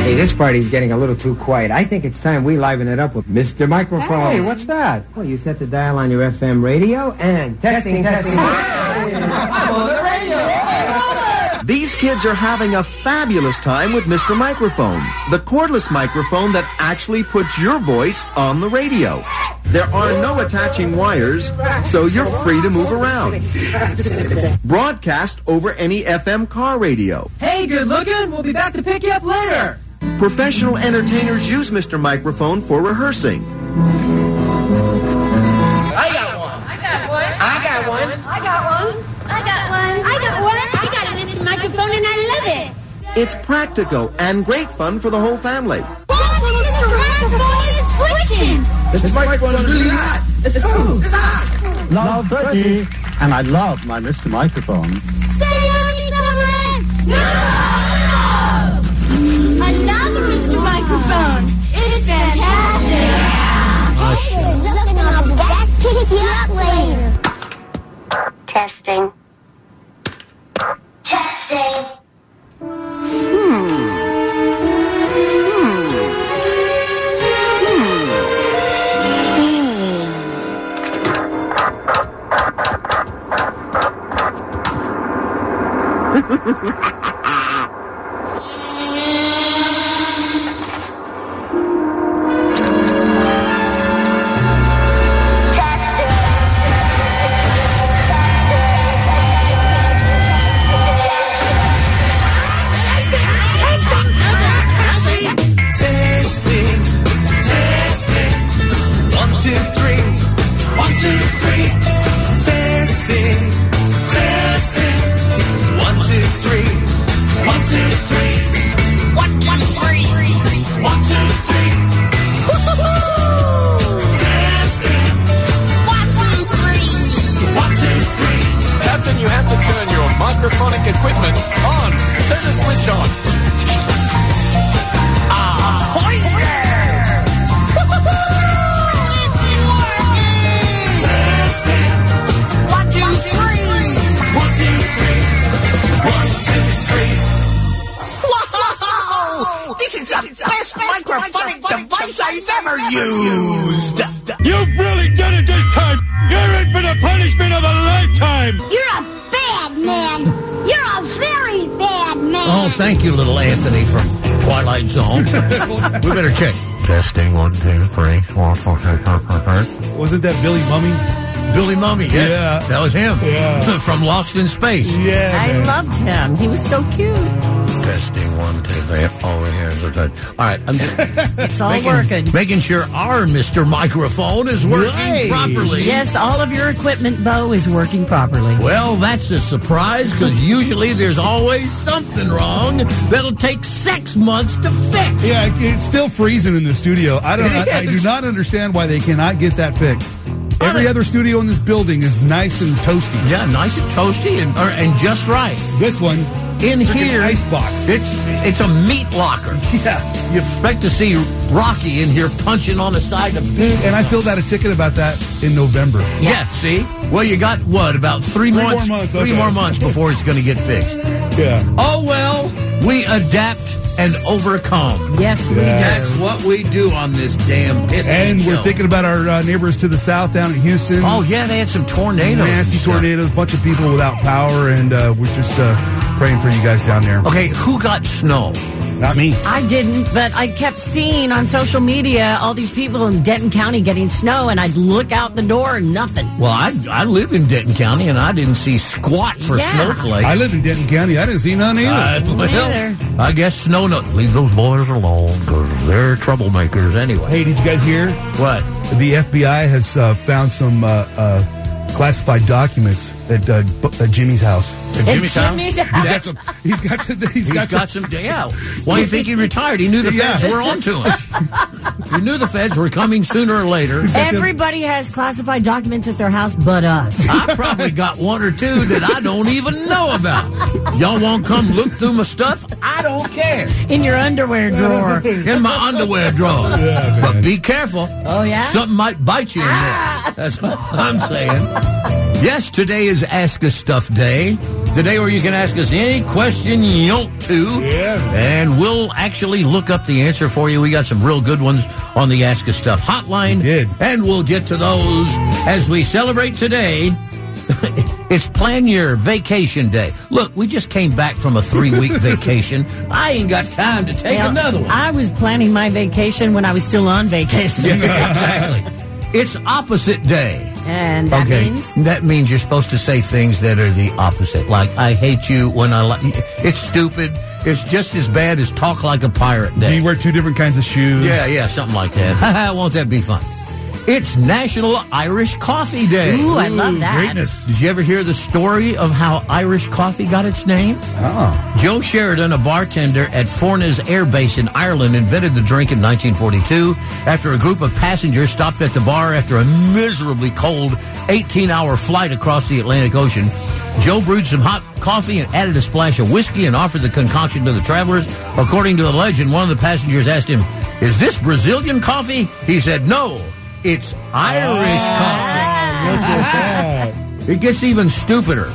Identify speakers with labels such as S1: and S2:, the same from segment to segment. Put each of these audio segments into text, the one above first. S1: Hey, this party's getting a little too quiet. I think it's time we liven it up with Mr. Microphone.
S2: Hey, what's that?
S1: Well, you set the dial on your FM radio and testing, testing.
S2: These kids are having a fabulous time with Mr. Microphone, the cordless microphone that actually puts your voice on the radio. There are no attaching wires, so you're free to move around. Broadcast over any FM car radio.
S3: Hey, good looking. We'll be back to pick you up later.
S2: Professional entertainers use Mr. Microphone for rehearsing.
S3: I got one.
S4: I got one. I got one.
S5: I got one.
S6: I got one.
S7: I got one.
S6: I got a Mr. Microphone and I love it.
S2: It's practical and great fun for the whole family.
S8: This microphone's really hot. It's, ooh, it's hot.
S9: Love 30. And I love my Mr. Microphone.
S10: Say everything no!
S11: Another Mr. Microphone. It's fantastic.
S12: Hey, looking all that. Pick you up later.
S13: Testing. Testing.
S12: Hmm.
S14: Oh,
S15: Wasn't that Billy Mummy?
S14: Billy Mummy, yes.
S15: Yeah.
S14: That was him.
S15: Yeah.
S14: From Lost in Space.
S15: Yeah.
S16: I
S15: man.
S16: loved him. He was so cute.
S14: Testing one, two, three. All the hands are tied. All right. I'm just
S16: it's all
S14: making,
S16: working.
S14: Making sure our Mr. Microphone is working
S16: Right.
S14: properly.
S16: Yes, all of your equipment, Bo, is working properly.
S14: Well, that's a surprise because usually there's always something wrong that'll take six months to fix.
S15: Yeah, it's still freezing in the studio. I don't.
S14: It
S15: I, I
S14: is.
S15: do not understand why they cannot get that fixed. Every
S14: mean-
S15: other studio in this building is nice and toasty.
S14: Yeah, nice and toasty and, or, and just right.
S15: This one
S14: In
S15: freaking
S14: here,
S15: ice box.
S14: It's it's a meat locker.
S15: yeah,
S14: You expect to see Rocky in here punching on the side of
S15: dude,
S16: Mm.
S15: Mm, and I filled out a ticket about that in November.
S14: Yeah. see? Well, you got what? About three,
S15: Three
S14: months,
S15: more months,
S14: three
S15: okay.
S14: more months before it's going to get fixed.
S15: Yeah,
S14: Oh well, we adapt and overcome.
S16: Yes, we
S15: Yeah.
S16: do.
S14: That's what we do on this damn pissing
S15: and we're
S14: show.
S15: thinking about our uh, neighbors to the south down in Houston.
S14: Oh yeah, they had some tornadoes. and
S15: nasty
S14: stuff.
S15: tornadoes, bunch of people without power, and uh, we're just uh, praying for you guys down there.
S14: Okay, who got snow?
S15: Not me.
S16: I didn't, but I kept seeing on social media all these people in Denton County getting snow, and I'd look out the door and nothing.
S14: Well, I I live in Denton County and I didn't see squat for
S16: Yeah.
S14: snowflakes.
S15: I live in Denton County. I didn't see none either.
S14: I, well,
S16: Neither.
S14: I guess snow. No, leave those boys alone because they're troublemakers anyway.
S15: hey, did you guys hear?
S14: What?
S15: The FBI has uh, found some uh, uh, classified documents at, uh, at Jimmy's house.
S16: At Jimmy's, at Jimmy's house? house.
S15: He's got some. He's got some. He's,
S14: he's got, got, some. some yeah. Why do you think he retired? He knew the yeah. feds were onto us. he knew the feds were coming sooner or later.
S16: Everybody has classified documents at their house, but us.
S14: I probably got one or two that I don't even know about. Y'all won't come look through my stuff? I don't care.
S16: In your underwear drawer.
S14: in my underwear drawer. Yeah, but be careful.
S16: Oh yeah.
S14: Something might bite you in ah. there. That's what I'm saying. Yes, today is Ask Us Stuff Day. The day where you can ask us any question you want to.
S15: Yeah.
S14: And we'll actually look up the answer for you. We got some real good ones on the Ask Us Stuff hotline.
S15: We did.
S14: And we'll get to those as we celebrate today. it's plan your vacation day. Look, we just came back from a three week vacation. I ain't got time to take well, another one.
S16: I was planning my vacation when I was still on vacation.
S14: Yeah, exactly. It's opposite day.
S16: And that okay. means?
S14: That means you're supposed to say things that are the opposite. Like, I hate you when I like It's stupid. It's just as bad as talk like a pirate day.
S15: Do you wear two different kinds of shoes?
S14: Yeah, yeah, something like that. Won't that be fun? It's National Irish Coffee Day.
S16: Ooh, I love that.
S15: Greatness.
S14: Did you ever hear the story of how Irish coffee got its name?
S15: Oh.
S14: Joe Sheridan, a bartender at Fornes Air Base in Ireland, invented the drink in 1942 after a group of passengers stopped at the bar after a miserably cold 18 hour flight across the Atlantic Ocean. Joe brewed some hot coffee and added a splash of whiskey and offered the concoction to the travelers. According to the legend, one of the passengers asked him, Is this Brazilian coffee? He said, No. It's Irish ah, coffee. it gets even stupider.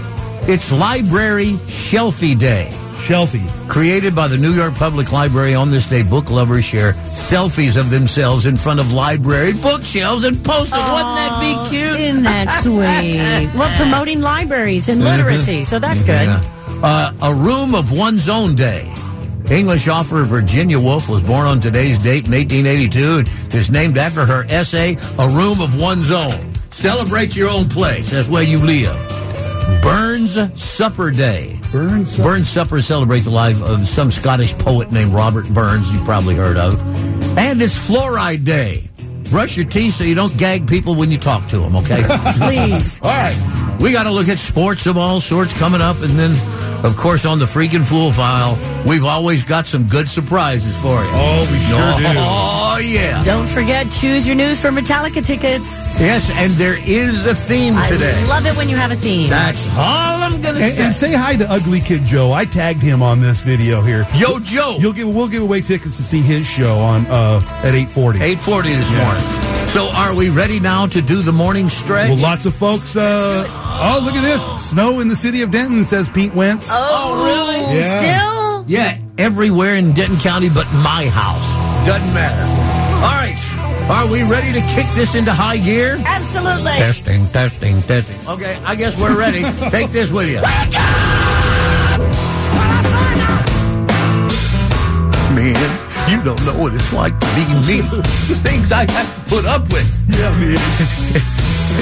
S14: It's Library Shelfie Day.
S15: Shelfie.
S14: Created by the New York Public Library on this day, book lovers share selfies of themselves in front of library bookshelves and post it. Wouldn't that be cute?
S16: Isn't that sweet? well, promoting libraries and
S14: Mm-hmm.
S16: literacy, so that's good. Yeah.
S14: Uh, a room of one's own day. English author Virginia Woolf was born on today's date in 1882 and is named after her essay, A Room of One's Own. Celebrate your own place. That's where you live. Burns Supper Day.
S15: Burns Supper.
S14: Burns Supper celebrates the life of some Scottish poet named Robert Burns, you've probably heard of. And it's Fluoride Day. Brush your teeth so you don't gag people when you talk to them, okay?
S16: Please.
S14: all right. We got to look at sports of all sorts coming up. And then, of course, on the freaking fool file, we've always got some good surprises for you.
S15: Oh, we sure
S14: oh,
S15: do.
S14: Oh, yeah.
S16: Don't forget, choose your news for Metallica tickets.
S14: Yes, and there is a theme
S16: I
S14: today.
S16: love it when you have a theme.
S14: That's all I'm going to
S15: say. And say hi to Ugly Kid Joe. I tagged him on this video here.
S14: Yo, Joe.
S15: You'll give, we'll give away tickets to see his show on uh, at 8.40.
S14: 8.40 this yeah. morning. So are we ready now to do the morning stretch?
S15: Well, lots of folks. Uh, oh, look at this. Snow in the city of Denton, says Pete Wentz.
S14: Oh, really?
S16: Yeah. Still?
S14: Yeah, everywhere in Denton County but my house. Doesn't matter. All right. Are we ready to kick this into high gear?
S16: Absolutely.
S14: Testing, testing, testing. Okay, I guess we're ready. Take this with you. Man. You don't know what it's like to be me. the things I have to put up with.
S15: Yeah, man.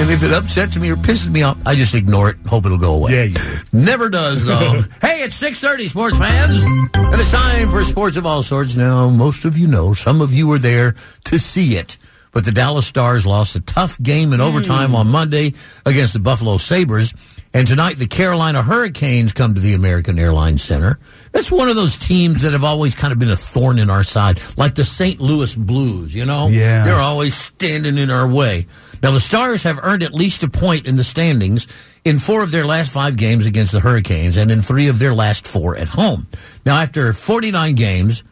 S14: and if it upsets me or pisses me off, I just ignore it. Hope it'll go away.
S15: Yeah,
S14: Never does though. hey, it's six thirty, sports fans, and it's time for sports of all sorts. Now, most of you know, some of you were there to see it. But the Dallas Stars lost a tough game in overtime mm. on Monday against the Buffalo Sabres. And tonight, the Carolina Hurricanes come to the American Airlines Center. That's one of those teams that have always kind of been a thorn in our side, like the St. Louis Blues, you know?
S15: Yeah.
S14: They're always standing in our way. Now, the Stars have earned at least a point in the standings in four of their last five games against the Hurricanes and in three of their last four at home. Now, after 49 games,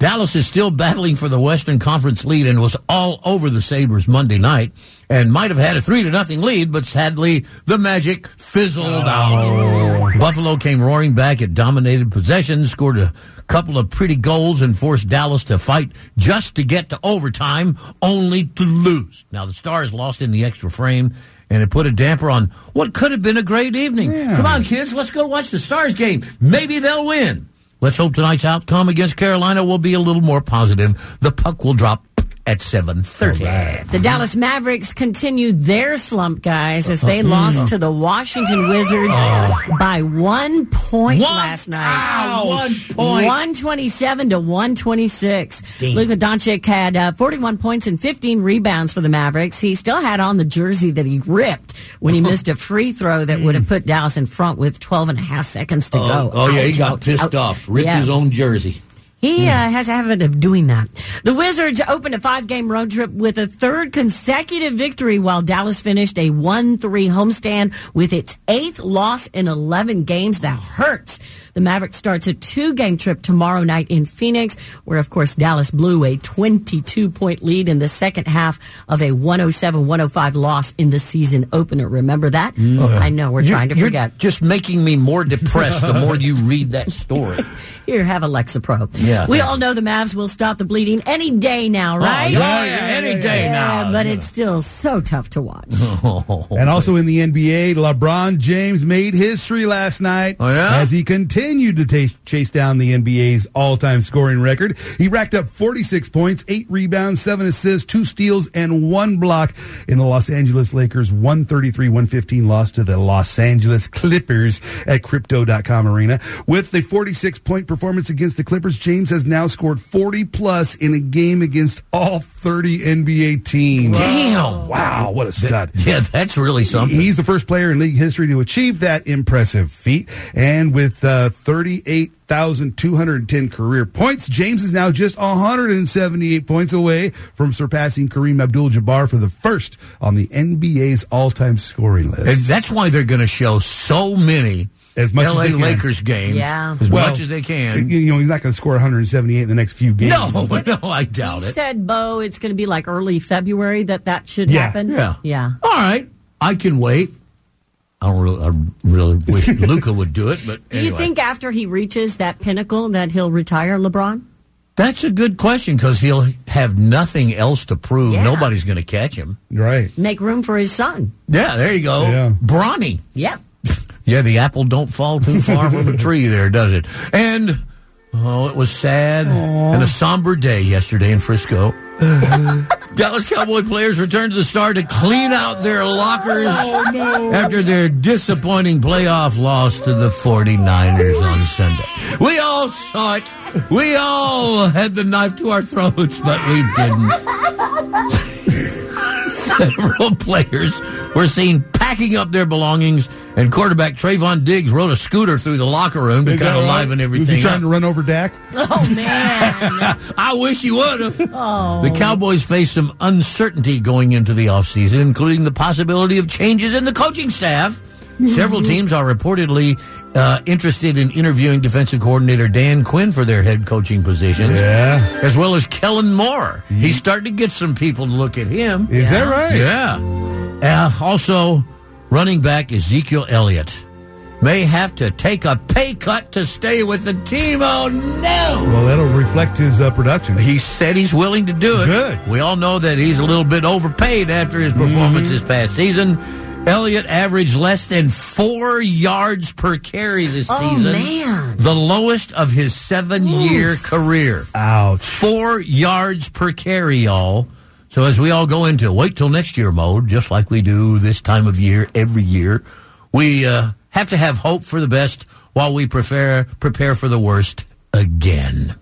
S14: Dallas is still battling for the Western Conference lead and was all over the Sabres Monday night and might have had a three to nothing lead, but sadly the magic fizzled oh. out. Buffalo came roaring back. It dominated possession, scored a couple of pretty goals and forced Dallas to fight just to get to overtime, only to lose. Now the Stars lost in the extra frame and it put a damper on what could have been a great evening. Yeah. Come on, kids, let's go watch the Stars game. Maybe they'll win. Let's hope tonight's outcome against Carolina will be a little more positive. The puck will drop at 7.30. Right.
S16: The Dallas Mavericks continued their slump, guys, as
S14: Uh-huh.
S16: they uh,
S14: Mm.
S16: lost uh, to the Washington Wizards uh, by one point
S14: Oh. one,
S16: last night.
S14: Ow, one point.
S16: 127 to 126. Damn. Luka Doncic had 41 points and 15 rebounds for the Mavericks. He still had on the jersey that he ripped when he
S14: Uh-huh.
S16: missed a free throw that would have put Dallas in front with 12 and a half seconds to go.
S14: Mm. Oh, ouch, yeah, he got ouch, pissed ouch. off. Ripped yeah. his own jersey.
S16: He uh, has a habit of doing that. The Wizards opened a five game road trip with a third consecutive victory, while Dallas finished a 1 3 homestand with its eighth loss in 11 games. That hurts. The Mavericks starts a two game trip tomorrow night in Phoenix, where, of course, Dallas blew a 22 point lead in the second half of a 107 105 loss in the season opener. Remember that? Mm. I know, we're
S14: Oh, you're,
S16: trying to forget.
S14: just making me more depressed the more you read that story. Oh,
S16: Here, have Lexapro.
S14: Yeah.
S16: We all know the Mavs will stop the bleeding any day now, right?
S14: Oh, yeah, yeah, yeah, any day now.
S16: But it's still so tough to watch.
S14: Oh,
S15: and also in the NBA, LeBron James made history last night
S14: oh,
S15: as he continued to t- chase down the NBA's all-time scoring record. He racked up 46 points, 8 rebounds, 7 assists, 2 steals, and 1 block in the Los Angeles Lakers 133-115 loss to the Los Angeles Clippers at Crypto.com Arena. With the 46-point performance against the Clippers, James has now scored 40 plus in a game against all 30 NBA teams.
S14: Damn.
S15: Wow, what a stud.
S14: That, yeah, that's really something.
S15: He's the first player in league history to achieve that impressive feat. And with uh, 38,210 career points, James is now just 178 points away from surpassing Kareem Abdul Jabbar for the first on the NBA's all time scoring list.
S14: And that's why they're going to show so many
S15: as much
S14: LA
S15: as they
S14: Lakers
S15: can.
S14: games,
S16: yeah.
S14: as well, much as they can.
S15: You know, he's not going to score 178 in the next few games.
S14: No, no, I doubt
S16: you
S14: it.
S16: Said Bo, it's going to be like early February that that should
S14: yeah.
S16: happen.
S14: Yeah,
S16: yeah.
S14: All right, I can wait. I don't really, I really wish Luca would do it, but
S16: do
S14: anyway.
S16: you think after he reaches that pinnacle that he'll retire LeBron?
S14: That's a good question because he'll have nothing else to prove. Yeah. Nobody's going to catch him.
S15: Right.
S16: Make room for his son.
S14: Yeah, there you go.
S15: Yeah.
S14: Bronny.
S16: Yeah.
S14: Yeah, the apple don't fall too far from the tree there, does it? And oh, it was sad Aww. and a somber day yesterday in Frisco. Dallas Cowboy players returned to the star to clean out their lockers
S16: oh, no.
S14: after their disappointing playoff loss to the 49ers on Sunday. We all saw it. We all had the knife to our throats, but we didn't. Several players were seen packing up their belongings, and quarterback Trayvon Diggs rode a scooter through the locker room to kind of liven everything.
S15: Was he trying
S14: up.
S15: to run over Dak?
S16: Oh man!
S14: I wish he would have.
S16: Oh.
S14: The Cowboys face some uncertainty going into the offseason, including the possibility of changes in the coaching staff. Several teams are reportedly uh, interested in interviewing defensive coordinator Dan Quinn for their head coaching positions.
S15: Yeah.
S14: As well as Kellen Moore. Mm-hmm. He's starting to get some people to look at him.
S15: Is yeah. that right?
S14: Yeah. Uh, also, running back Ezekiel Elliott may have to take a pay cut to stay with the team. Oh, no.
S15: Well, that'll reflect his uh, production.
S14: He said he's willing to do it.
S15: Good.
S14: We all know that he's a little bit overpaid after his performance mm-hmm. this past season. Elliott averaged less than four yards per carry this
S16: oh,
S14: season.
S16: Man.
S14: The lowest of his seven Oof. year career.
S15: Ouch.
S14: Four yards per carry, y'all. So as we all go into wait till next year mode, just like we do this time of year every year, we uh, have to have hope for the best while we prepare prepare for the worst again.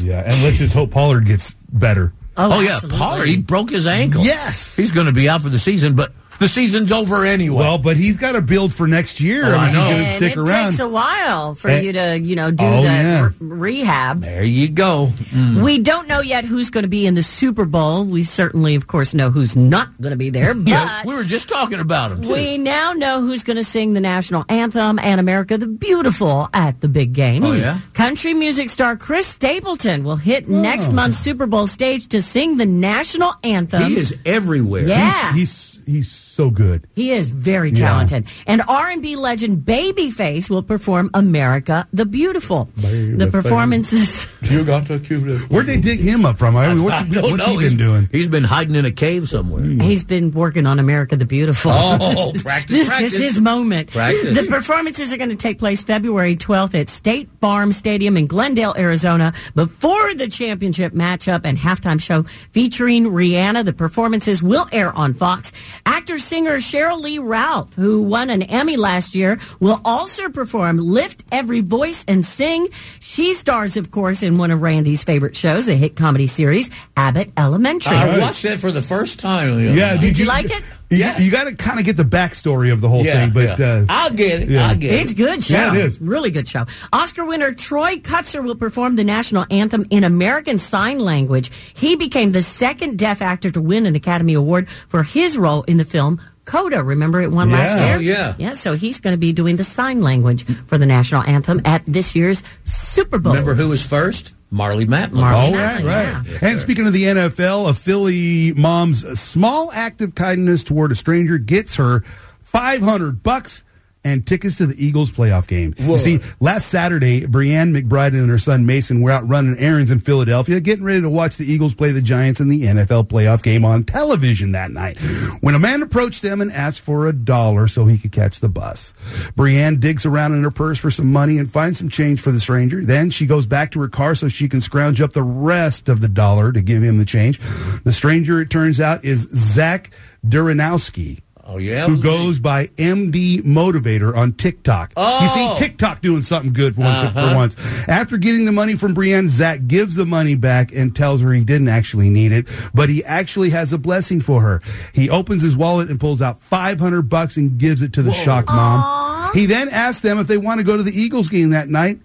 S15: Yeah, and let's just hope Pollard gets better.
S14: Oh, oh yeah, Pollard he broke his ankle.
S15: Yes,
S14: he's going to be out for the season, but the season's over anyway.
S15: Well, but he's got to build for next year.
S14: Oh, I mean,
S15: I
S14: know.
S15: he's going to stick
S16: it
S15: around.
S16: It takes a while for and, you to, you know, do
S15: oh,
S16: the
S15: yeah.
S16: re- rehab.
S14: There you go. Mm.
S16: We don't know yet who's going to be in the Super Bowl. We certainly, of course, know who's not going to be there. But yeah,
S14: we were just talking about him. Too.
S16: We now know who's going to sing the national anthem and "America the Beautiful" at the big game.
S14: Oh yeah.
S16: Country music star Chris Stapleton will hit oh. next month's Super Bowl stage to sing the national anthem.
S14: He is everywhere.
S16: Yeah.
S15: he's, he's he's so good.
S16: He is very talented. Yeah. And R&B legend Babyface will perform "America the Beautiful." Baby the performances.
S15: you got to cute. Where'd they dig him up from? I mean, what's, I what's he
S14: he's,
S15: been doing?
S14: He's been hiding in a cave somewhere. Mm.
S16: He's been working on "America the Beautiful."
S14: Oh, practice.
S16: this
S14: practice.
S16: is his moment.
S14: Practice.
S16: The performances are going to take place February 12th at State Farm Stadium in Glendale, Arizona, before the championship matchup and halftime show featuring Rihanna. The performances will air on Fox. Actor singer Cheryl Lee Ralph, who won an Emmy last year, will also perform Lift Every Voice and Sing. She stars, of course, in one of Randy's favorite shows, the hit comedy series Abbott Elementary.
S14: I watched that for the first time.
S15: The yeah,
S16: did, did you, you like it?
S15: You, yeah. you got to kind of get the backstory of the whole
S14: yeah,
S15: thing, but
S14: yeah. uh, I'll get it. Yeah. I'll get it.
S16: It's good show.
S15: Yeah, it is.
S16: Really good show. Oscar winner Troy Kutzer will perform the national anthem in American Sign Language. He became the second deaf actor to win an Academy Award for his role in the film Coda. Remember it won
S14: yeah.
S16: last year?
S14: Oh, yeah.
S16: Yeah, so he's going to be doing the sign language for the national anthem at this year's Super Bowl.
S14: Remember who was first? Marley Matlin.
S16: Marley
S15: oh,
S16: Matlin,
S15: right, right. Yeah. And speaking of the NFL, a Philly mom's small act of kindness toward a stranger gets her 500 bucks and tickets to the Eagles playoff game. Whoa. You see, last Saturday, Brianne McBride and her son Mason were out running errands in Philadelphia, getting ready to watch the Eagles play the Giants in the NFL playoff game on television that night. When a man approached them and asked for a dollar so he could catch the bus, Brianne digs around in her purse for some money and finds some change for the stranger. Then she goes back to her car so she can scrounge up the rest of the dollar to give him the change. The stranger, it turns out, is Zach Duranowski.
S14: Oh yeah,
S15: who goes by MD Motivator on TikTok?
S14: Oh.
S15: You see TikTok doing something good for once, uh-huh. for once. After getting the money from Brienne, Zach gives the money back and tells her he didn't actually need it, but he actually has a blessing for her. He opens his wallet and pulls out five hundred bucks and gives it to the Whoa. shocked mom. Aww. He then asks them if they want to go to the Eagles game that night,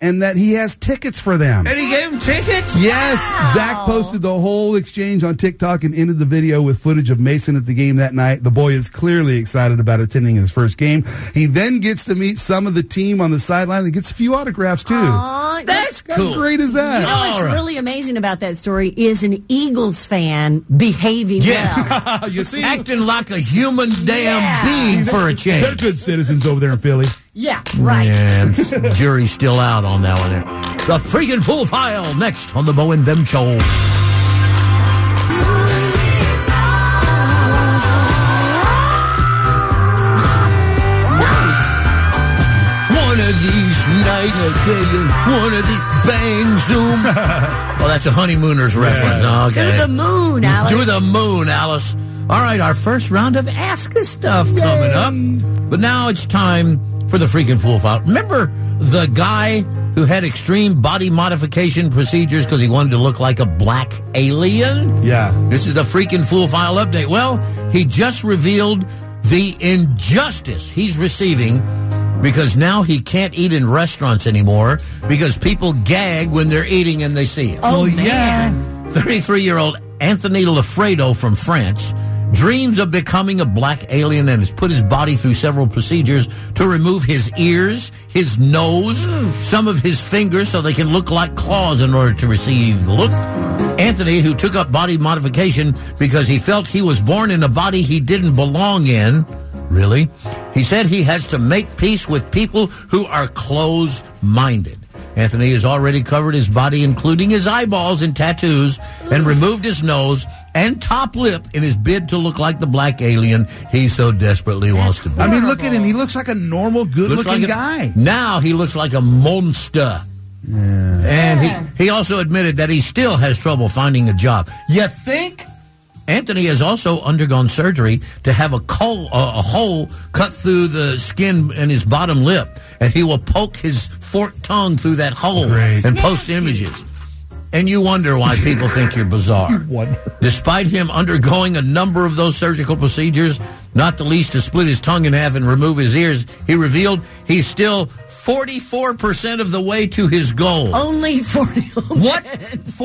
S15: and that he has tickets for them.
S14: And he gave him tickets?
S15: Yes. Wow. Zach posted the whole exchange on TikTok and ended the video with footage of Mason at the game that night. The boy is clearly excited about attending his first game. He then gets to meet some of the team on the sideline and gets a few autographs, too.
S16: Aww,
S14: that's, that's cool.
S15: How great is that?
S16: You know what's right. really amazing about that story is an Eagles fan behaving
S15: yeah. well. you see?
S14: Acting like a human damn yeah. being for a change.
S15: They're good citizens over there in Philly.
S16: Yeah, right. Yeah,
S14: jury's still out on that one there. The freaking full file next on the Bo and Them Show. One of these nights, I tell you, one of these bang zoom. oh, that's a honeymooners reference. Yeah. Okay.
S16: To the moon, Alice.
S14: To the moon, Alice. All right, our first round of Ask Us stuff Yay. coming up. But now it's time for the freaking fool file. Remember the guy who had extreme body modification procedures because he wanted to look like a black alien?
S15: Yeah.
S14: This is the freaking fool file update. Well, he just revealed the injustice he's receiving because now he can't eat in restaurants anymore because people gag when they're eating and they see him.
S16: Oh, yeah.
S14: 33 year old Anthony Lafredo from France dreams of becoming a black alien and has put his body through several procedures to remove his ears, his nose, some of his fingers so they can look like claws in order to receive the look. Anthony, who took up body modification because he felt he was born in a body he didn't belong in, really, he said he has to make peace with people who are closed minded. Anthony has already covered his body, including his eyeballs, in tattoos and removed his nose and top lip in his bid to look like the black alien he so desperately wants to be.
S15: I mean, look at him. He looks like a normal, good looks looking
S14: like a,
S15: guy.
S14: Now he looks like a monster.
S15: Yeah.
S14: And he, he also admitted that he still has trouble finding a job. You think? Anthony has also undergone surgery to have a, coal, uh, a hole cut through the skin in his bottom lip, and he will poke his forked tongue through that hole
S15: Great.
S14: and post images. And you wonder why people think you're bizarre.
S15: You
S14: Despite him undergoing a number of those surgical procedures, not the least to split his tongue in half and remove his ears, he revealed he's still 44% of the way to his goal.
S16: Only 40.
S14: what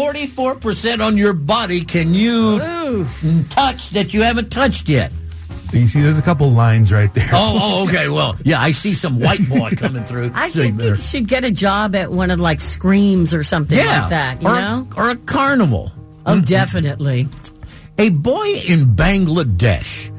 S14: 44% on your body can you Ooh. touch that you haven't touched yet?
S15: You see, there's a couple lines right there.
S14: Oh, oh okay. Well, yeah, I see some white boy coming through.
S16: I so think you, you should get a job at one of like Screams or something
S14: yeah,
S16: like that, you
S14: or,
S16: know?
S14: Or a carnival.
S16: Oh, mm-hmm. definitely.
S14: A boy in Bangladesh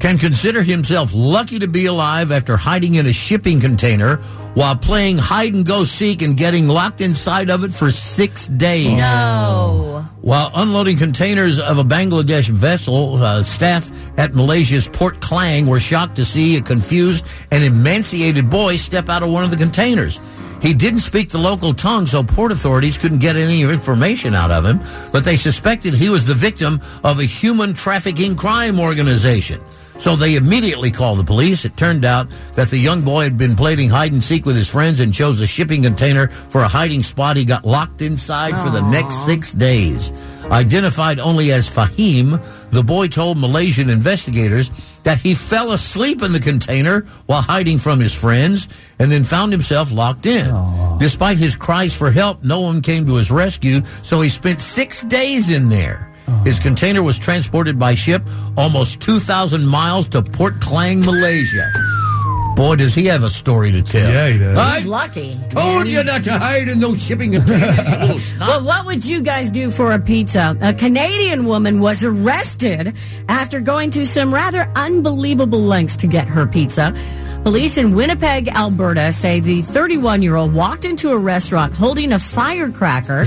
S14: can consider himself lucky to be alive after hiding in a shipping container while playing hide and go seek and getting locked inside of it for six days.
S16: Oh,
S2: No.
S14: While unloading containers of a Bangladesh vessel, uh, staff at Malaysia's Port Klang were shocked to see a confused and emaciated boy step out of one of the containers. He didn't speak the local tongue, so port authorities couldn't get any information out of him, but they suspected he was the victim of a human trafficking crime organization. So they immediately called the police. It turned out that the young boy had been playing hide and seek with his friends and chose a shipping container for a hiding spot. He got locked inside Aww. for the next six days. Identified only as Fahim, the boy told Malaysian investigators that he fell asleep in the container while hiding from his friends and then found himself locked in. Aww. Despite his cries for help, no one came to his rescue, so he spent six days in there. Aww. His container was transported by ship almost 2,000 miles to Port Klang, Malaysia. Boy, does he have a story to tell.
S15: Yeah, he does.
S16: I He's lucky.
S14: Told you not to hide in those shipping containers.
S16: well, what would you guys do for a pizza? A Canadian woman was arrested after going to some rather unbelievable lengths to get her pizza. Police in Winnipeg, Alberta say the 31 year old walked into a restaurant holding a firecracker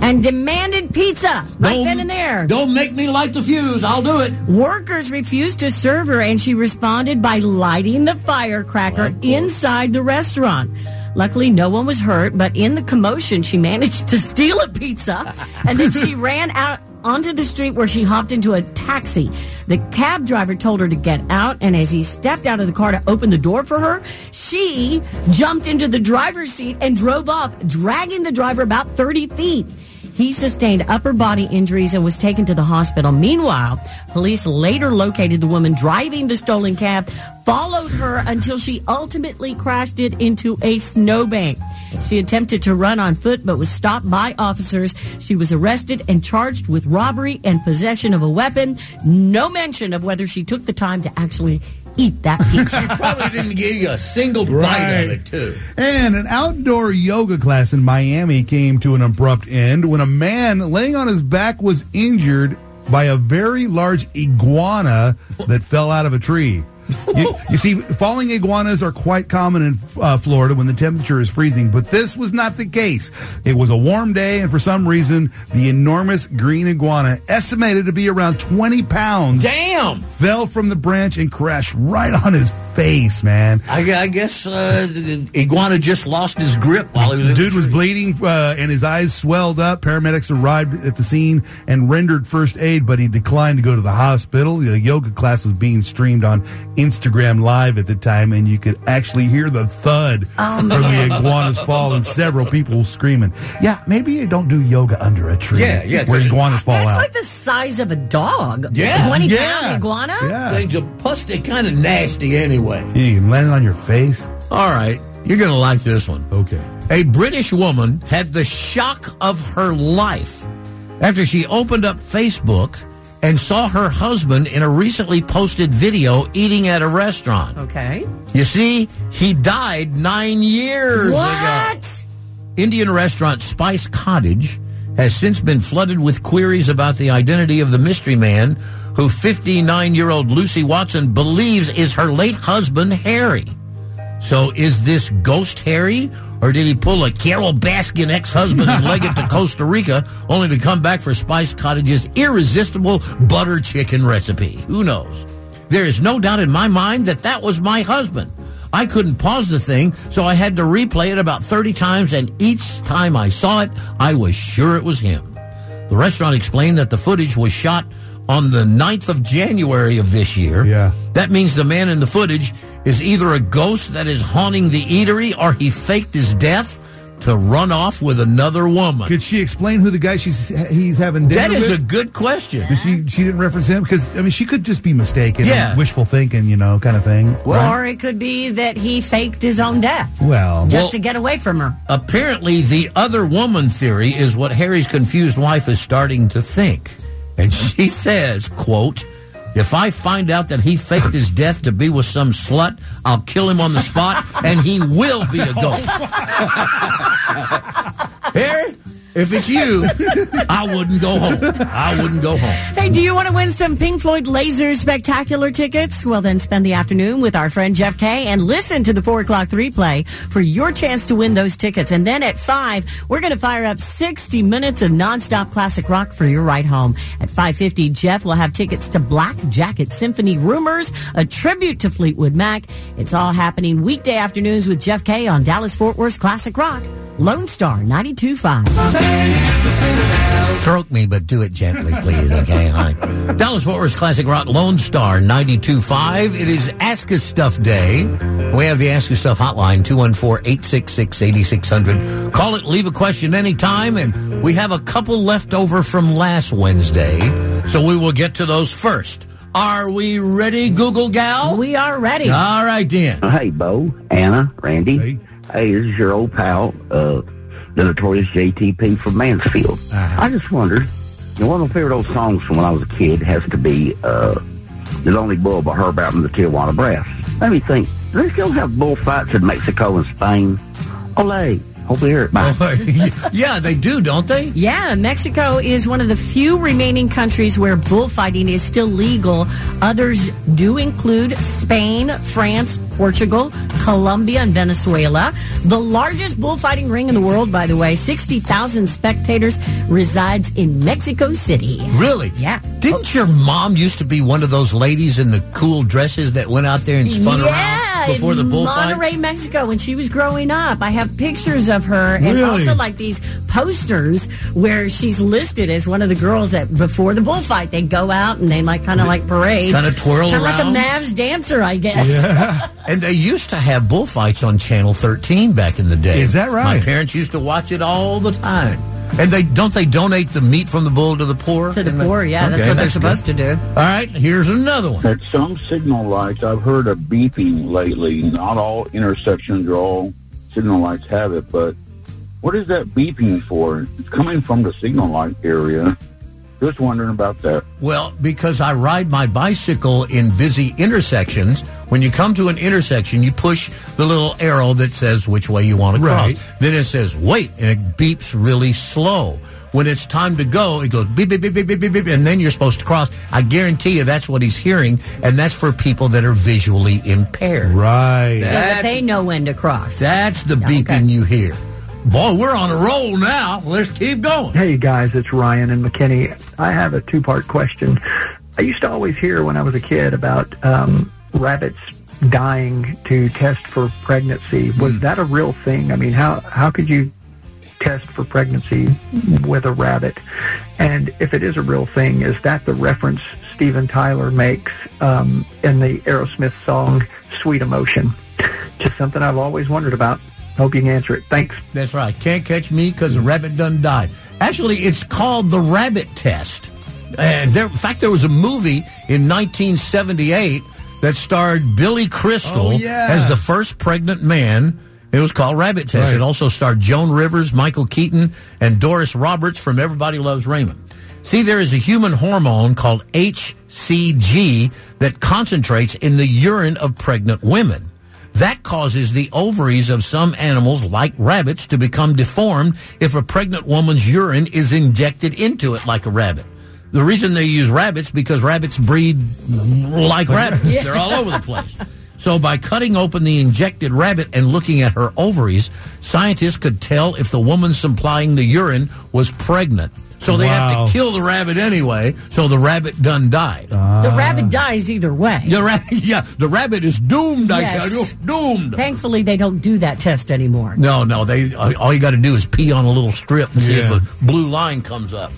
S16: and demanded pizza right
S14: don't,
S16: then and there.
S14: Don't make me light the fuse. I'll do it.
S16: Workers refused to serve her and she responded by lighting the firecracker oh, inside the restaurant. Luckily, no one was hurt, but in the commotion, she managed to steal a pizza and then she ran out onto the street where she hopped into a taxi. The cab driver told her to get out, and as he stepped out of the car to open the door for her, she jumped into the driver's seat and drove off, dragging the driver about 30 feet. He sustained upper body injuries and was taken to the hospital. Meanwhile, police later located the woman driving the stolen cab, followed her until she ultimately crashed it into a snowbank. She attempted to run on foot but was stopped by officers. She was arrested and charged with robbery and possession of a weapon. No mention of whether she took the time to actually eat that pizza.
S14: she probably didn't give you a single bite right. of it, too.
S15: And an outdoor yoga class in Miami came to an abrupt end when a man laying on his back was injured by a very large iguana that fell out of a tree. You, you, see, falling iguanas are quite common in uh, Florida when the temperature is freezing, but this was not the case. It was a warm day, and for some reason, the enormous green iguana, estimated to be around 20 pounds,
S14: damn,
S15: fell from the branch and crashed right on his face, man.
S14: I, I guess uh, iguana just lost his grip while he was.
S15: The dude was bleeding, uh, and his eyes swelled up. Paramedics arrived at the scene and rendered first aid, but he declined to go to the hospital. The yoga class was being streamed on Instagram Live at the time, and you could actually hear the thud oh, from the iguana's fall and several people screaming. Yeah, maybe you don't do yoga under a tree.
S14: Yeah, yeah.
S15: Where iguanas fall
S16: that's
S15: out.
S16: like the size of a dog.
S14: Oh, Yeah.
S16: 20
S14: yeah.
S16: pound iguana?
S14: Yeah. Things are plus they're kind of nasty anyway.
S15: You landed on your face.
S14: All right. You're going to like this one.
S15: Okay.
S14: A British woman had the shock of her life after she opened up Facebook and saw her husband in a recently posted video eating at a restaurant.
S16: Okay.
S14: You see, he died nine years
S16: what?
S14: ago. Indian restaurant Spice Cottage has since been flooded with queries about the identity of the mystery man who 59 year old Lucy Watson believes is her late husband, Harry. So is this ghost Harry, or did he pull a Carol Baskin ex-husband and leg it to Costa Rica, only to come back for Spice Cottage's irresistible butter chicken recipe? Who knows? There is no doubt in my mind that that was my husband. I couldn't pause the thing, so I had to replay it about 30 times, and each time I saw it, I was sure it was him. The restaurant explained that the footage was shot on the 9th of January of this year.
S15: Yeah.
S14: That means the man in the footage is either a ghost that is haunting the eatery or he faked his death to run off with another woman.
S15: Could she explain who the guy she's he's having dinner
S14: That is
S15: with?
S14: a good question.
S15: Did she she didn't reference him because I mean she could just be mistaken.
S14: Yeah.
S15: and wishful thinking, you know, kind of thing.
S16: Well, or it could be that he faked his own death.
S15: Well,
S16: just
S14: Well-
S16: to get away from her.
S14: Apparently, the other woman theory is what Harry's confused wife is starting to think. And she says, quote, if I find out that he faked his death to be with some slut, I'll kill him on the spot and he will be a ghost. Harry, if it's you, I wouldn't go home. I wouldn't go home.
S16: Hey, do you want to win some Pink Floyd Laser Spectacular tickets? Well, then spend the afternoon with our friend Jeff Kay and listen to the 4 o'clock 3 play for your chance to win those tickets. And then at 5, we're going to fire up 60 minutes of nonstop classic rock for your ride home. At 5.50, Jeff will have tickets to Black Jacket Symphony Rumors, a tribute to Fleetwood Mac. It's all happening weekday afternoons with Jeff Kay on Dallas-Fort Worth's Classic Rock. Lone Star 92.5.
S14: Stroke me, but do it gently, please, okay, honey? Dallas Fort Worth Classic Rock Lone Star 92.5. It is Ask Us Stuff Day. We have the Ask Us Stuff hotline, 214 866 8600. Call it, leave a question anytime, and we have a couple left over from last Wednesday, so we will get to those first. Are we ready, Google Gal?
S16: We are ready.
S14: All right, then.
S2: Hey, Bo, Anna, Randy. Hey. Hey, this is your old pal, uh, the notorious JTP from Mansfield. Uh-huh. I just wondered, you know, one of my favorite old songs from when I was a kid has to be uh, The Lonely Bull by Herb Alpert and the Tijuana Brass. Let me think, do they still have bullfights in Mexico and Spain? Ole, Hope they hear it. Bye.
S14: yeah, they do, don't they?
S16: Yeah, Mexico is one of the few remaining countries where bullfighting is still legal. Others do include Spain, France, Portugal, Colombia, and Venezuela. The largest bullfighting ring in the world, by the way, 60,000 spectators resides in Mexico City.
S14: Really?
S16: Yeah.
S14: Didn't your mom used to be one of those ladies in the cool dresses that went out there and spun
S16: yeah,
S14: around before the bullfight?
S16: Monterey, Mexico, when she was growing up. I have pictures of her and really? also like these posters where she's listed as one of the girls that before the bullfight they go out and they like kind of like parade.
S14: Kind of twirl
S16: kinda
S14: around.
S16: like a Mavs dancer, I guess.
S14: Yeah. and they used to have bullfights on Channel 13 back in the day.
S15: Is that right?
S14: My parents used to watch it all the time. And they don't they donate the meat from the bull to the poor?
S16: To the poor, yeah, okay, that's what that's they're good. supposed to do. All
S14: right, here's another one.
S2: At some signal lights, I've heard a beeping lately. Not all intersections or all signal lights have it, but what is that beeping for? It's coming from the signal light area. Just wondering about that.
S14: Well, because I ride my bicycle in busy intersections. When you come to an intersection, you push the little arrow that says which way you want to cross. Right. Then it says wait, and it beeps really slow. When it's time to go, it goes beep, beep, beep, beep, beep, beep, beep, and then you're supposed to cross. I guarantee you that's what he's hearing, and that's for people that are visually impaired.
S15: Right.
S16: That's, so that they know when to cross.
S14: That's the yeah, beeping okay. you hear. Boy, we're on a roll now. Let's keep going.
S7: Hey guys, it's Ryan and McKinney. I have a two-part question. I used to always hear when I was a kid about um, rabbits dying to test for pregnancy. Was mm. that a real thing? I mean, how how could you test for pregnancy with a rabbit? And if it is a real thing, is that the reference Steven Tyler makes um, in the Aerosmith song "Sweet Emotion"? Just something I've always wondered about. Hope you can answer it. Thanks.
S14: That's right. Can't catch me because the rabbit done died. Actually, it's called the rabbit test. And there, in fact, there was a movie in 1978 that starred Billy Crystal oh, yeah. as the first pregnant man. It was called Rabbit Test. Right. It also starred Joan Rivers, Michael Keaton, and Doris Roberts from Everybody Loves Raymond. See, there is a human hormone called HCG that concentrates in the urine of pregnant women. That causes the ovaries of some animals, like rabbits, to become deformed if a pregnant woman's urine is injected into it like a rabbit. The reason they use rabbits because rabbits breed like rabbits. Yeah. They're all over the place. So by cutting open the injected rabbit and looking at her ovaries, scientists could tell if the woman supplying the urine was pregnant. So they wow. have to kill the rabbit anyway. So the rabbit done died.
S16: Uh, the rabbit dies either way.
S14: The ra- yeah, the rabbit is doomed. Yes. I tell you, doomed.
S16: Thankfully, they don't do that test anymore.
S14: No, no. They uh, all you got to do is pee on a little strip and yeah. see if a blue line comes up.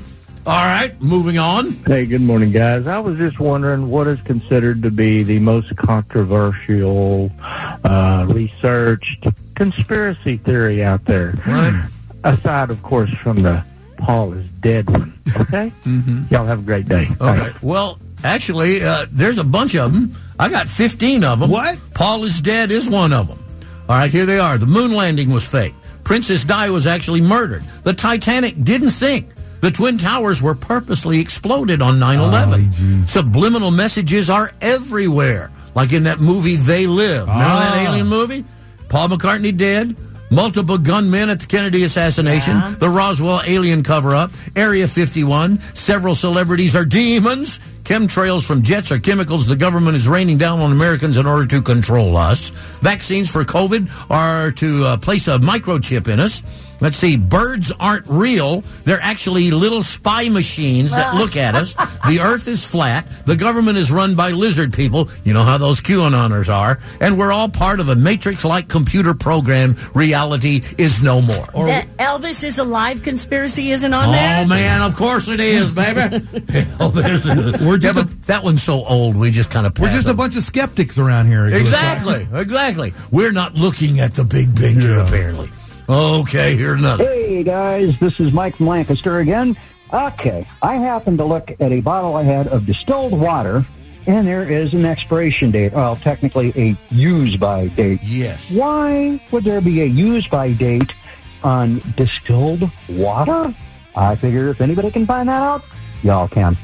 S14: All right, moving on.
S13: Hey, good morning, guys. I was just wondering what is considered to be the most controversial, uh, researched conspiracy theory out there.
S14: Right.
S13: Aside, of course, from the Paul is dead one. Okay? Mm-hmm. Y'all have a great day.
S14: All right. right. Well, actually, uh, there's a bunch of them. I got 15 of them.
S15: What?
S14: Paul is dead is one of them. All right, here they are. The moon landing was fake. Princess Di was actually murdered. The Titanic didn't sink. The Twin Towers were purposely exploded on 9 11. Oh, Subliminal messages are everywhere, like in that movie They Live. Ah. Remember that alien movie? Paul McCartney dead. multiple gunmen at the Kennedy assassination, yeah. the Roswell alien cover up, Area 51, several celebrities are demons, chemtrails from jets are chemicals the government is raining down on Americans in order to control us, vaccines for COVID are to uh, place a microchip in us. Let's see, birds aren't real. They're actually little spy machines that look at us. The earth is flat. The government is run by lizard people. You know how those QAnoners are. And we're all part of a matrix like computer program. Reality is no more.
S16: Or, the Elvis is alive conspiracy isn't on
S14: oh,
S16: there?
S14: Oh, man, of course it is, baby. Elvis.
S15: We're just
S14: yeah, a, that one's so old, we just kind of
S15: We're just
S14: them.
S15: a bunch of skeptics around here.
S14: Exactly, exactly. We're not looking at the big picture, yeah. apparently. Okay, here's another.
S17: Hey guys, this is Mike from Lancaster again. Okay, I happened to look at a bottle I had of distilled water, and there is an expiration date. Well, technically a use by date.
S14: Yes.
S17: Why would there be a use by date on distilled water? I figure if anybody can find that out, y'all can.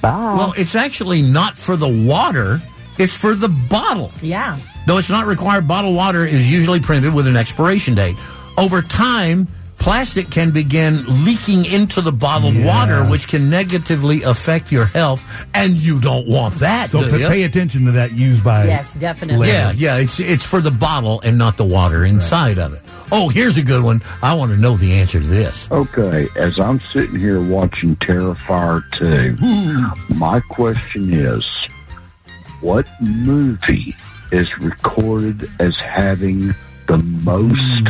S17: Bye.
S14: Well, it's actually not for the water. It's for the bottle.
S16: Yeah.
S14: Though it's not required, bottled water is usually printed with an expiration date over time, plastic can begin leaking into the bottled yeah. water, which can negatively affect your health, and you don't want that.
S15: So
S14: p-
S15: pay attention to that used by.
S16: Yes, definitely. Later.
S14: Yeah, yeah. It's it's for the bottle and not the water inside right. of it. Oh, here's a good one. I want to know the answer to this.
S18: Okay, as I'm sitting here watching Terrifier 2, my question is, what movie is recorded as having the most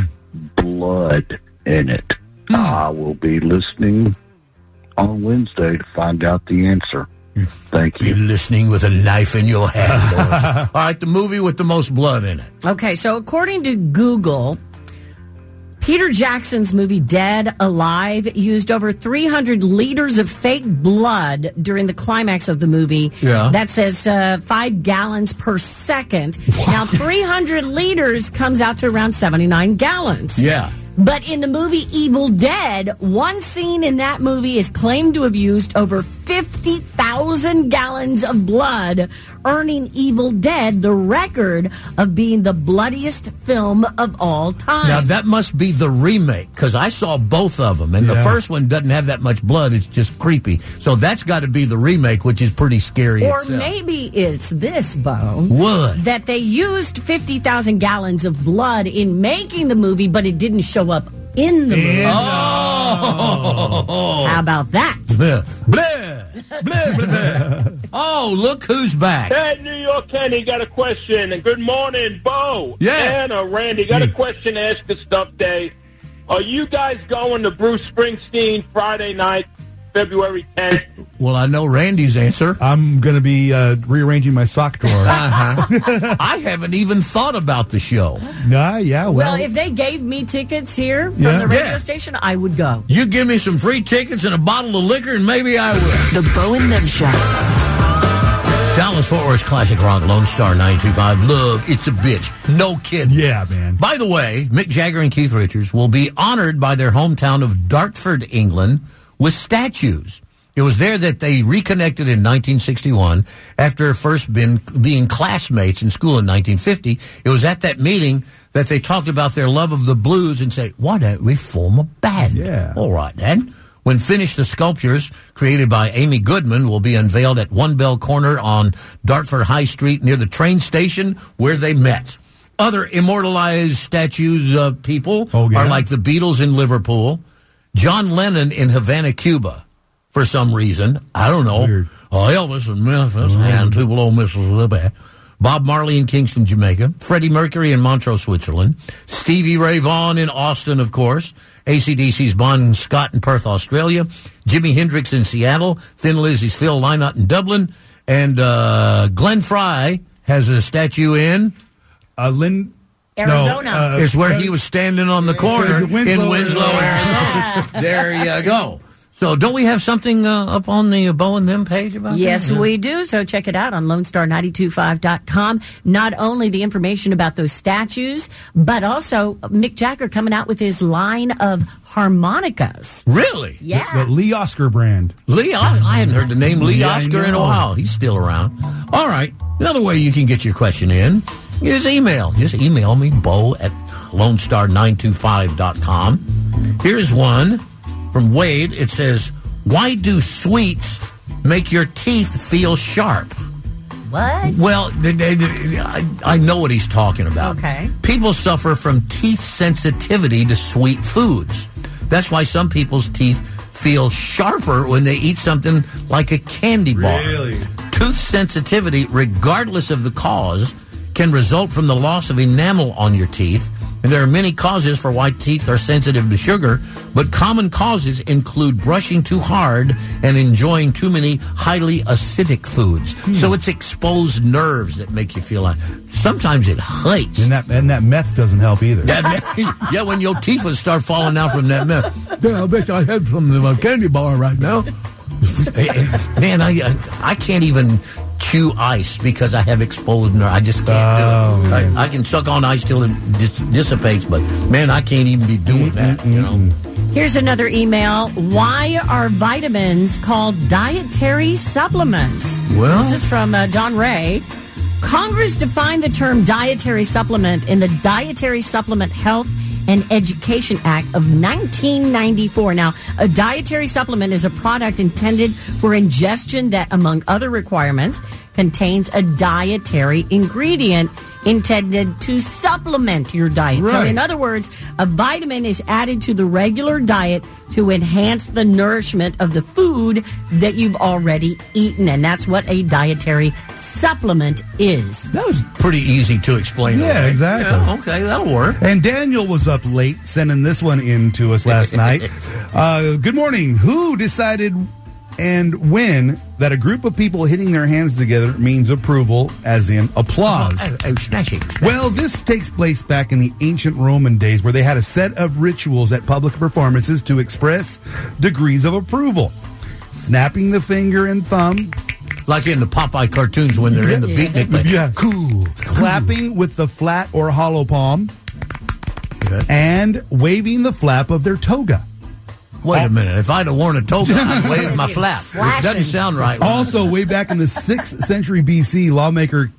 S18: blood in it. Mm. I will be listening on Wednesday to find out the answer. Thank you.
S14: Be listening with a knife in your hand. All right, the movie with the most blood in it.
S16: Okay, so according to Google, Peter Jackson's movie Dead Alive used over 300 liters of fake blood during the climax of the movie.
S14: Yeah.
S16: That says uh, five gallons per second. What? Now, 300 liters comes out to around 79 gallons.
S14: Yeah.
S16: But in the movie Evil Dead, one scene in that movie is claimed to have used over 50,000 gallons of blood, earning Evil Dead the record of being the bloodiest film of all time.
S14: Now, that must be the remake, because I saw both of them, and yeah. the first one doesn't have that much blood. It's just creepy. So that's got to be the remake, which is pretty scary.
S16: Or
S14: itself.
S16: maybe it's this, Bone.
S14: What?
S16: That they used 50,000 gallons of blood in making the movie, but it didn't show up in the movie.
S14: Yeah. Oh.
S16: How about that?
S14: Bleh. Bleh. Bleh, bleh, Oh, look who's back.
S19: Hey, New York Kenny, got a question. And good morning, Bo.
S14: Yeah.
S19: Anna, Randy, got a question to ask this Stump Day. Are you guys going to Bruce Springsteen Friday night, February 10th?
S14: Well, I know Randy's answer.
S15: I'm going to be uh, rearranging my sock drawer.
S14: uh-huh. I haven't even thought about the show.
S15: Nah, yeah, well.
S16: well if they gave me tickets here from yeah. the radio yeah. station, I would go.
S14: You give me some free tickets and a bottle of liquor, and maybe I will.
S20: The Bow and Them Show.
S14: Dallas Fort Worth Classic Rock Lone Star 925. Love, it's a bitch. No kid.
S15: Yeah, man.
S14: By the way, Mick Jagger and Keith Richards will be honored by their hometown of Dartford, England, with statues. It was there that they reconnected in 1961 after first been, being classmates in school in 1950. It was at that meeting that they talked about their love of the blues and say, why don't we form a band? Oh,
S15: Yeah.
S14: All right, then. When finished, the sculptures created by Amy Goodman will be unveiled at One Bell Corner on Dartford High Street near the train station where they met. Other immortalized statues of uh, people
S15: oh, yeah.
S14: are like the Beatles in Liverpool, John Lennon in Havana, Cuba for some reason. I don't know. Weird. Oh, Elvis in Memphis mm-hmm. and Tupelo, Mississippi. Bob Marley in Kingston, Jamaica. Freddie Mercury in Montreux, Switzerland. Stevie Ray Vaughan in Austin, of course. ACDC's Bon Scott in Perth, Australia. Jimi Hendrix in Seattle. Thin Lizzy's Phil Lynott in Dublin. And uh, Glenn Fry has a statue in...
S15: Uh, Lynn...
S16: Arizona. No,
S14: uh, is where he was standing on the corner
S15: Winslow,
S14: in Winslow, Arizona. there you go. So, don't we have something uh, up on the uh, Bow and Them page about
S16: Yes,
S14: that?
S16: we do. So, check it out on LoneStar925.com. Not only the information about those statues, but also Mick Jagger coming out with his line of harmonicas.
S14: Really?
S16: Yeah.
S15: uh, The, the Lee Oscar brand.
S14: Lee, I, I hadn't heard the name Lee yeah, Oscar in a while. He's still around. All right. Another way you can get your question in is email. Just email me, Bo at lonestar925.com. Here's one from Wade. It says, Why do sweets make your teeth feel sharp?
S16: What?
S14: Well, they, they, they, I, I know what he's talking about.
S16: Okay.
S14: People suffer from teeth sensitivity to sweet foods. That's why some people's teeth feel sharper when they eat something like a candy bar.
S15: Really?
S14: Tooth sensitivity, regardless of the cause, can result from the loss of enamel on your teeth. And there are many causes for why teeth are sensitive to sugar, but common causes include brushing too hard and enjoying too many highly acidic foods. Hmm. So it's exposed nerves that make you feel like sometimes it hurts.
S15: And that and that meth doesn't help either.
S14: That, yeah, when your teeth start falling out from that meth. Yeah, I bet I had from the uh, candy bar right now. Man, I uh, I can't even chew ice because I have exposed nerve. I just can't oh, do it. I, I, can suck on ice till it dis- dissipates, but man, I can't even be doing that. You know.
S16: Here's another email. Why are vitamins called dietary supplements?
S14: Well,
S16: this is from uh, Don Ray. Congress defined the term dietary supplement in the Dietary Supplement Health and Education Act of 1994. Now, a dietary supplement is a product intended for ingestion that, among other requirements, contains a dietary ingredient intended to supplement your diet.
S14: Right.
S16: So, in other words, a vitamin is added to the regular diet to enhance the nourishment of the food that you've already eaten. And that's what a dietary supplement is.
S14: That was pretty easy to explain.
S15: Yeah,
S14: away.
S15: exactly.
S14: Yeah, okay, that'll work.
S15: And Daniel was up late sending this one in to us last night. Uh, good morning. Who decided and when that a group of people hitting their hands together means approval, as in applause.
S14: Oh, oh, snatching, snatching.
S15: Well, this takes place back in the ancient Roman days where they had a set of rituals at public performances to express degrees of approval. Snapping the finger and thumb.
S14: Like in the Popeye cartoons when they're in the yeah. beatnik. Like,
S15: yeah. Cool. Clapping with the flat or hollow palm. Good. And waving the flap of their toga.
S14: Wait a minute. If I'd have worn a toga, I'd wave my flap. It doesn't sound right.
S15: Also, way back in the 6th century BC, lawmaker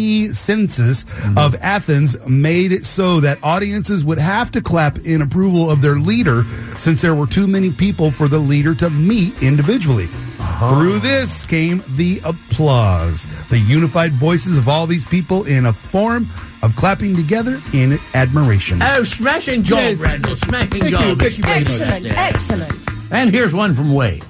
S15: Clesensus of Athens made it so that audiences would have to clap in approval of their leader since there were too many people for the leader to meet individually. Uh-huh. Through this came the applause, the unified voices of all these people in a form of clapping together in admiration.
S14: Oh, smashing job, yes. Randall, smashing Thank job.
S16: You, excellent, excellent.
S14: And here's one from Wade.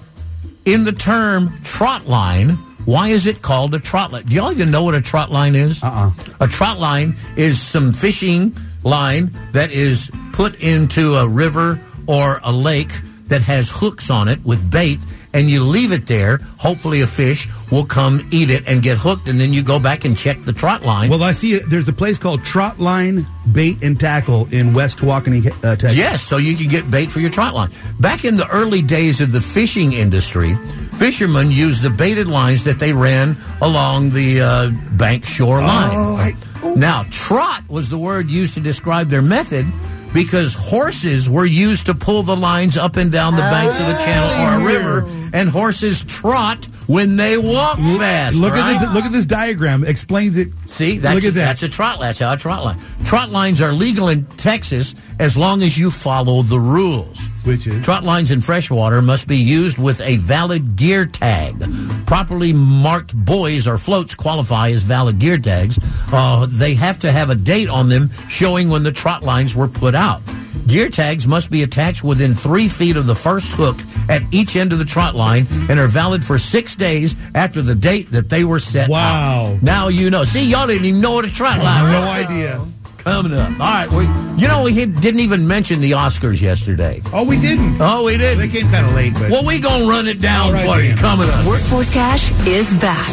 S14: In the term trot line, why is it called a trot line? Do y'all even know what a trot line is?
S15: Uh-uh.
S14: A trot line is some fishing line that is put into a river or a lake that has hooks on it with bait and you leave it there. Hopefully, a fish will come eat it and get hooked, and then you go back and check the trot line.
S15: Well, I see it. There's a place called Trot Line Bait and Tackle in West Waukene, uh, Texas.
S14: Yes, so you can get bait for your trot line. Back in the early days of the fishing industry, fishermen used the baited lines that they ran along the uh, bank shore line.
S15: Oh, I, oh.
S14: Now, trot was the word used to describe their method because horses were used to pull the lines up and down the banks of the
S15: Ah.
S14: channel or a river, and horses trot when they walk fast.
S15: Look
S14: right?
S15: at the, look at this diagram. Explains it.
S14: See, that's
S15: look
S14: a,
S15: at that.
S14: That's a trot. That's how a trot line. Trot lines are legal in Texas as long as you follow the rules.
S15: Which is
S14: trot lines in freshwater must be used with a valid gear tag. Properly marked buoys or floats qualify as valid gear tags. Uh, they have to have a date on them showing when the trot lines were put out. Gear tags must be attached within three feet of the first hook at each end of the trot line and are valid for six days after the date that they were set.
S15: Wow.
S14: Up. Now you know. See, y'all didn't even know what a trot line was.
S15: No idea.
S14: Coming up. All right. We, you know, we hit, didn't even mention the Oscars yesterday.
S15: Oh, we didn't.
S14: Oh, we didn't.
S15: They came kind of late. But...
S14: Well, we going to run it down right, for you. Coming up.
S20: Workforce Cash is back.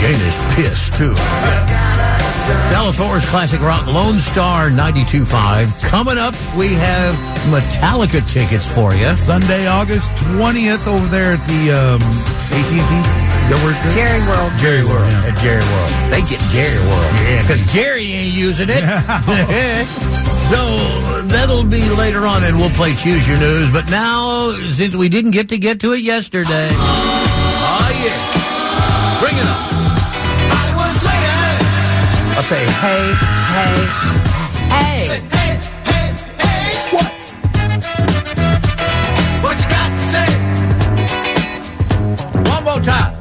S14: Jane is pissed, too. Dallas Forward's classic rock Lone Star 92.5. Coming up, we have Metallica tickets for you.
S15: Sunday, August 20th over there at the um, AT&T.
S16: Jerry World.
S14: Jerry World. Yeah. At Jerry World. They get Jerry World. Yeah. Because Jerry ain't using it. so that'll be later on, and we'll play Choose Your News. But now, since we didn't get to get to it yesterday. Ah, Oh, yeah. Bring it up. I'll say, hey, hey, hey. hey, hey, hey. What?
S3: What you got to say?
S14: One more time.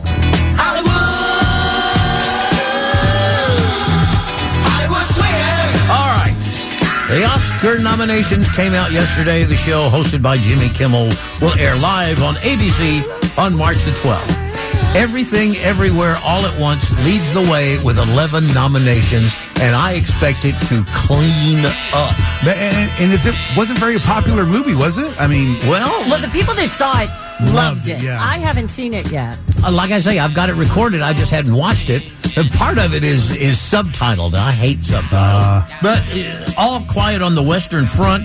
S14: The Oscar nominations came out yesterday. The show, hosted by Jimmy Kimmel, will air live on ABC on March the 12th. Everything, Everywhere, All at Once leads the way with 11 nominations, and I expect it to clean up.
S15: And, and it wasn't very popular movie, was it? I mean,
S14: well,
S16: well, the people that saw it loved, it. Yeah. I haven't seen it yet.
S14: Uh, Like I say, I've got it recorded. I just hadn't watched it. And part of it is is subtitled. I hate subtitles. Uh, but uh, All Quiet on the Western Front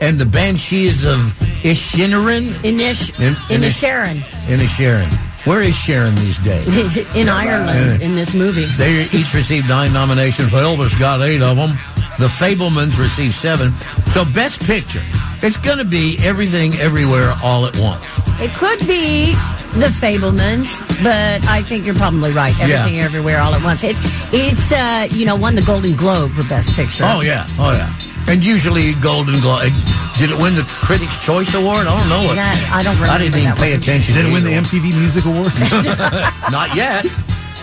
S14: and the Banshees of Ishinerin.
S16: Inish. In, Inisharan.
S14: Inisharan. Where is Sharon these days?
S16: In Ireland, in this movie.
S14: They each received nine nominations. Elvis got eight of them. The Fablemans received seven. So, Best Picture, it's going to be everything, everywhere, all at once.
S16: It could be The Fablemans, but I think you're probably right. Everything, yeah. everywhere, all at once. It, it's uh, you know won the Golden Globe for Best Picture.
S14: Oh yeah, oh yeah. And usually Golden Globe. Did it win the Critics' Choice Award? I don't know. It.
S16: Yeah, I don't. Remember
S14: I didn't even pay attention.
S15: Did it win the MTV Music Award?
S14: Not yet.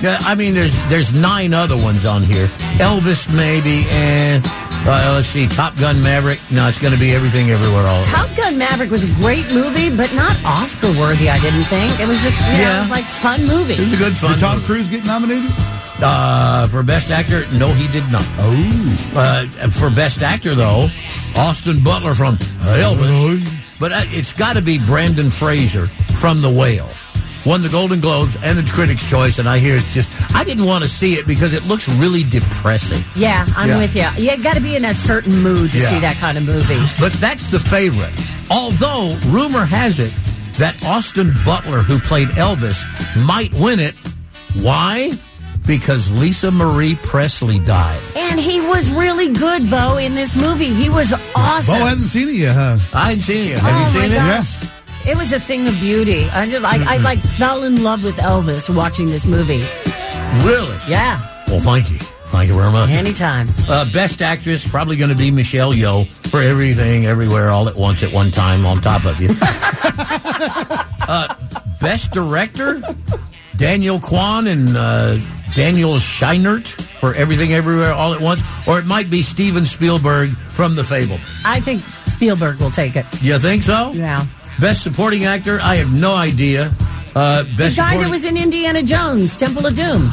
S14: Yeah, I mean, there's there's nine other ones on here. Elvis, maybe, and uh, let's see, Top Gun Maverick. No, it's going to be everything, everywhere, all.
S16: Top right. Gun Maverick was a great movie, but not Oscar worthy. I didn't think it was just you know, yeah, it was like fun movie.
S14: It was a good fun.
S15: Did Tom
S14: movie.
S15: Cruise get nominated?
S14: Uh, for best actor, no, he did not.
S15: Oh,
S14: uh, for best actor though, Austin Butler from Elvis, oh. but it's got to be Brandon Fraser from The Whale won the Golden Globes and the Critics' Choice, and I hear it's just I didn't want to see it because it looks really depressing.
S16: Yeah, I'm yeah. with you. You got to be in a certain mood to yeah. see that kind of movie.
S14: But that's the favorite. Although rumor has it that Austin Butler, who played Elvis, might win it. Why? Because Lisa Marie Presley died.
S16: And he was really good, Bo, in this movie. He was awesome.
S15: Bo hasn't seen it yet, huh?
S14: I haven't seen it yet.
S16: Have
S14: oh, you seen it?
S16: Gosh. Yes it was a thing of beauty. I just like I like fell in love with Elvis watching this movie.
S14: Really?
S16: Yeah.
S14: Well, thank you. Thank you very much.
S16: Anytime.
S14: Uh, best actress probably going to be Michelle Yeoh for everything, everywhere, all at once, at one time, on top of you. uh, best director Daniel Kwan and uh, Daniel Scheinert for everything, everywhere, all at once, or it might be Steven Spielberg from The Fable.
S16: I think Spielberg will take it.
S14: You think so?
S16: Yeah.
S14: Best Supporting Actor, I have no idea. Uh, best the
S16: guy
S14: supporting-
S16: that was in Indiana Jones, Temple of Doom.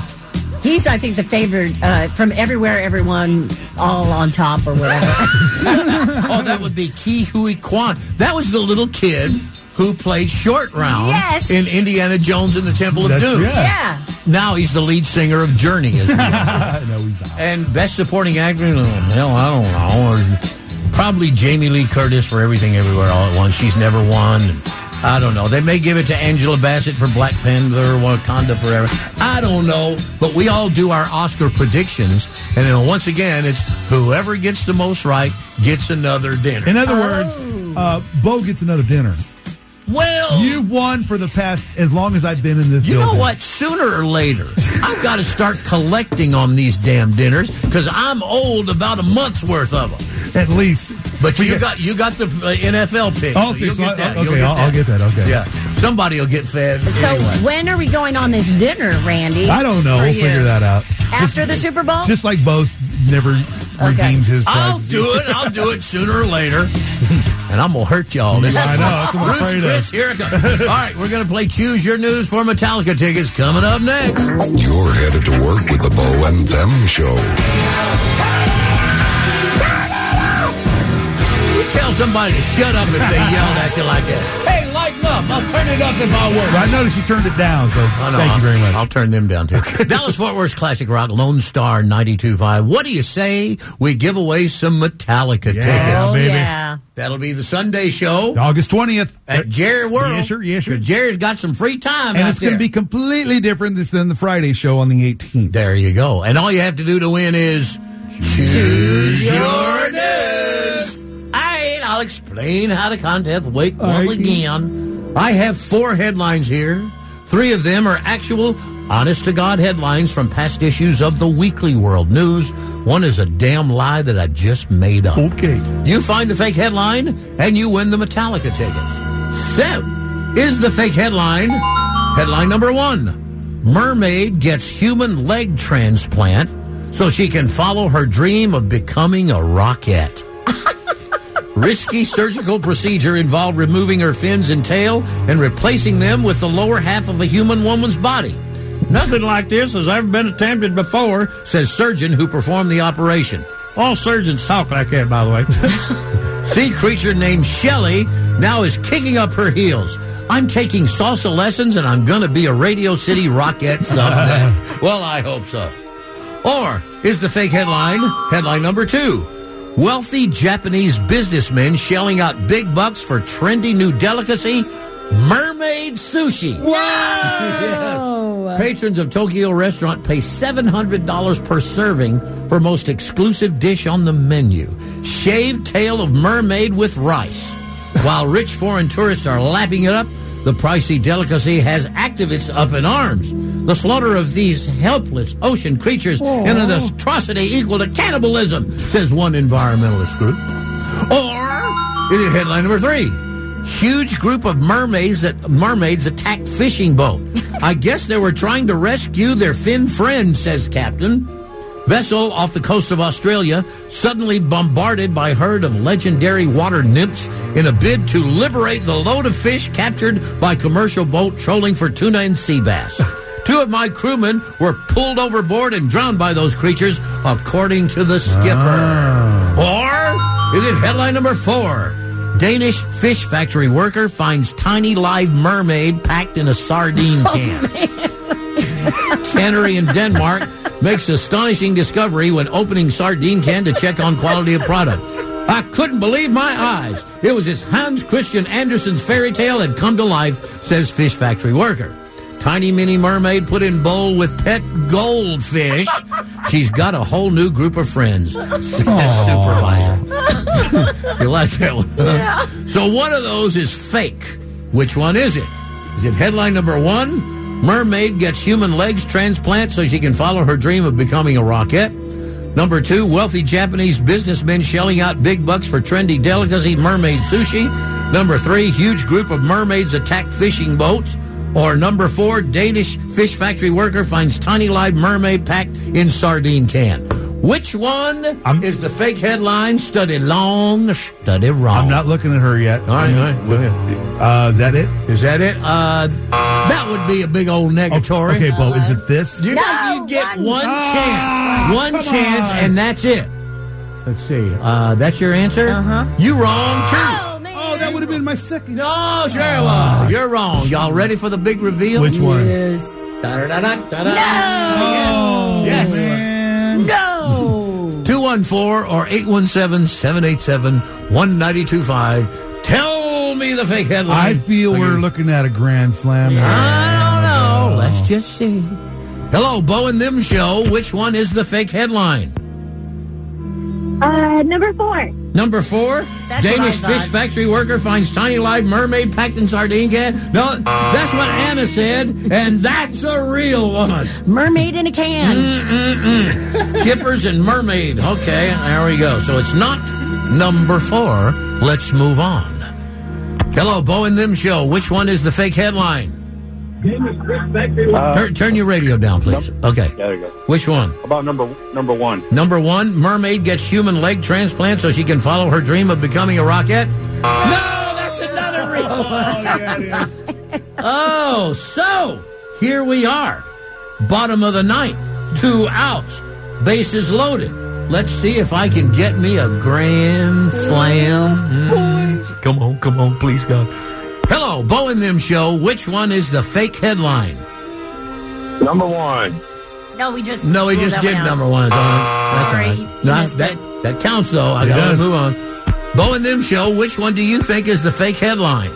S16: He's, I think, the favorite uh, from everywhere, everyone, all on top or whatever.
S14: oh, that would be Ki Hui Kwan. That was the little kid who played Short Round
S16: yes.
S14: in Indiana Jones and the Temple That's, of Doom.
S16: Yeah. yeah.
S14: Now he's the lead singer of Journey, isn't he?
S15: no, he's not.
S14: And Best Supporting Actor, oh, hell, I don't know probably Jamie Lee Curtis for Everything Everywhere All at Once. She's never won. I don't know. They may give it to Angela Bassett for Black Panther, Wakanda Forever. I don't know. But we all do our Oscar predictions. And then once again, it's whoever gets the most right gets another dinner.
S15: In other words, oh. uh, Bo gets another dinner.
S14: Well,
S15: you've won for the past as long as I've been in this.
S14: You
S15: building.
S14: know what? Sooner or later, I've got to start collecting on these damn dinners because I'm old about a month's worth of them,
S15: at least.
S14: But you yeah. got you got the uh, NFL pick.
S15: Oh, so
S14: you'll
S15: so get that. Okay, get I'll, that. I'll, get that. Okay.
S14: Yeah, somebody will get fed.
S16: So
S14: anyway.
S16: when are we going on this dinner, Randy?
S15: I don't know. We'll you. figure that out
S16: after just, the Super Bowl.
S15: Just like Bo's never okay. redeems his.
S14: Prizes. I'll do it. I'll do it sooner or later, and I'm gonna hurt y'all.
S15: This yeah, I know. That's
S14: Bruce, Chris, here it comes. All right, we're gonna play Choose Your News for Metallica tickets coming up next.
S21: You're headed to work with the Bo and Them Show.
S14: Tell somebody to shut up if they yelled at you like that. Hey, lighten up. I'll turn it up if I work.
S15: I noticed you turned it down, so oh, no, thank
S14: I'll,
S15: you very much.
S14: I'll turn them down, too. Dallas Fort Worth Classic Rock, Lone Star 92.5. What do you say we give away some Metallica
S15: yeah,
S14: tickets?
S16: Oh, yeah.
S14: That'll be the Sunday show.
S15: August 20th.
S14: At Jerry World.
S15: Yes, sir. Yes, sir.
S14: Jerry's got some free time.
S15: And it's going to be completely different than the Friday show on the 18th.
S14: There you go. And all you have to do to win is choose, choose your news. All right, I'll explain how the contest works once again. I have four headlines here. Three of them are actual, Honest to God headlines from past issues of the Weekly World News. One is a damn lie that I just made up.
S15: Okay.
S14: You find the fake headline and you win the Metallica tickets. So, is the fake headline headline number one Mermaid gets human leg transplant so she can follow her dream of becoming a rocket. Risky surgical procedure involved removing her fins and tail and replacing them with the lower half of a human woman's body. Nothing like this has ever been attempted before, says surgeon who performed the operation. All surgeons talk like that, by the way. sea creature named Shelly now is kicking up her heels. I'm taking salsa lessons and I'm going to be a Radio City rocket someday. well, I hope so. Or is the fake headline headline number two? Wealthy Japanese businessmen shelling out big bucks for trendy new delicacy, mermaid sushi.
S16: Wow!
S14: yes. Patrons of Tokyo restaurant pay $700 per serving for most exclusive dish on the menu. Shaved tail of mermaid with rice. While rich foreign tourists are lapping it up, the pricey delicacy has activists up in arms. The slaughter of these helpless ocean creatures Aww. in an atrocity equal to cannibalism, says one environmentalist group. Or is it headline number three? Huge group of mermaids that mermaids attacked fishing boat. I guess they were trying to rescue their fin friend, says captain. Vessel off the coast of Australia suddenly bombarded by herd of legendary water nymphs in a bid to liberate the load of fish captured by commercial boat trolling for tuna and sea bass. Two of my crewmen were pulled overboard and drowned by those creatures, according to the skipper. Ah. Or is it headline number four? Danish fish factory worker finds tiny live mermaid packed in a sardine oh, can. Cannery in Denmark makes astonishing discovery when opening sardine can to check on quality of product. I couldn't believe my eyes. It was as Hans Christian Andersen's fairy tale had come to life, says fish factory worker. Tiny mini mermaid put in bowl with pet goldfish. She's got a whole new group of friends. supervisor. you like that one? Huh? Yeah. So one of those is fake. Which one is it? Is it headline number one? Mermaid gets human legs transplant so she can follow her dream of becoming a rocket. Number two, wealthy Japanese businessmen shelling out big bucks for trendy delicacy mermaid sushi. Number three, huge group of mermaids attack fishing boats. Or number four, Danish fish factory worker finds tiny live mermaid packed in sardine can. Which one I'm, is the fake headline? Study long, study wrong.
S15: I'm not looking at her yet.
S14: All right, all right. Go
S15: ahead. Uh, is that it?
S14: Is that it? Uh, that would be a big old negatory.
S15: Oh, Okay, okay Bo, Ah, is it this?
S14: You, no, you get one, one chance. One chance, on. and that's it. Let's see. Uh, that's your answer?
S16: Uh-huh.
S14: You wrong, too.
S15: Oh, that would have been my second.
S14: No, sure. Uh,
S15: was.
S14: You're wrong. Y'all ready for the big reveal?
S15: Ah. Which one?
S16: Yes.
S14: Da, da, da, da, da.
S16: No.
S14: Yes.
S15: Man.
S16: No.
S14: 214 or 817-787-1925. Tell me the fake headline.
S15: I feel we're looking at a grand slam.
S14: Yeah. I don't know. Let's just see. Hello, Bo and Them Show. Which one is the fake headline?
S22: Uh, number four.
S14: Number four,
S16: that's
S14: Danish fish factory worker finds tiny live mermaid packed in sardine can. No, that's what Anna said, and that's a real one.
S16: Mermaid in a
S14: can. Kippers and mermaid. Okay, there we go. So it's not number four. Let's move on. Hello, Bo and Them Show. Which one is the fake headline? Uh, turn, turn, your radio down, please.
S23: Number,
S14: okay.
S23: There you go.
S14: Which one?
S23: About number number one.
S14: Number one. Mermaid gets human leg transplant so she can follow her dream of becoming a rocket. No, that's another real one. oh, yeah, oh, so here we are, bottom of the ninth, two outs, bases loaded. Let's see if I can get me a grand slam. Mm. Come on, come on, please, God. Hello, Bo and Them Show. Which one is the fake headline?
S23: Number one.
S16: No, we just
S14: no, we just did
S16: one
S14: number one. So that's right. No, that it. that counts though. I gotta move on. Bo and Them Show. Which one do you think is the fake headline?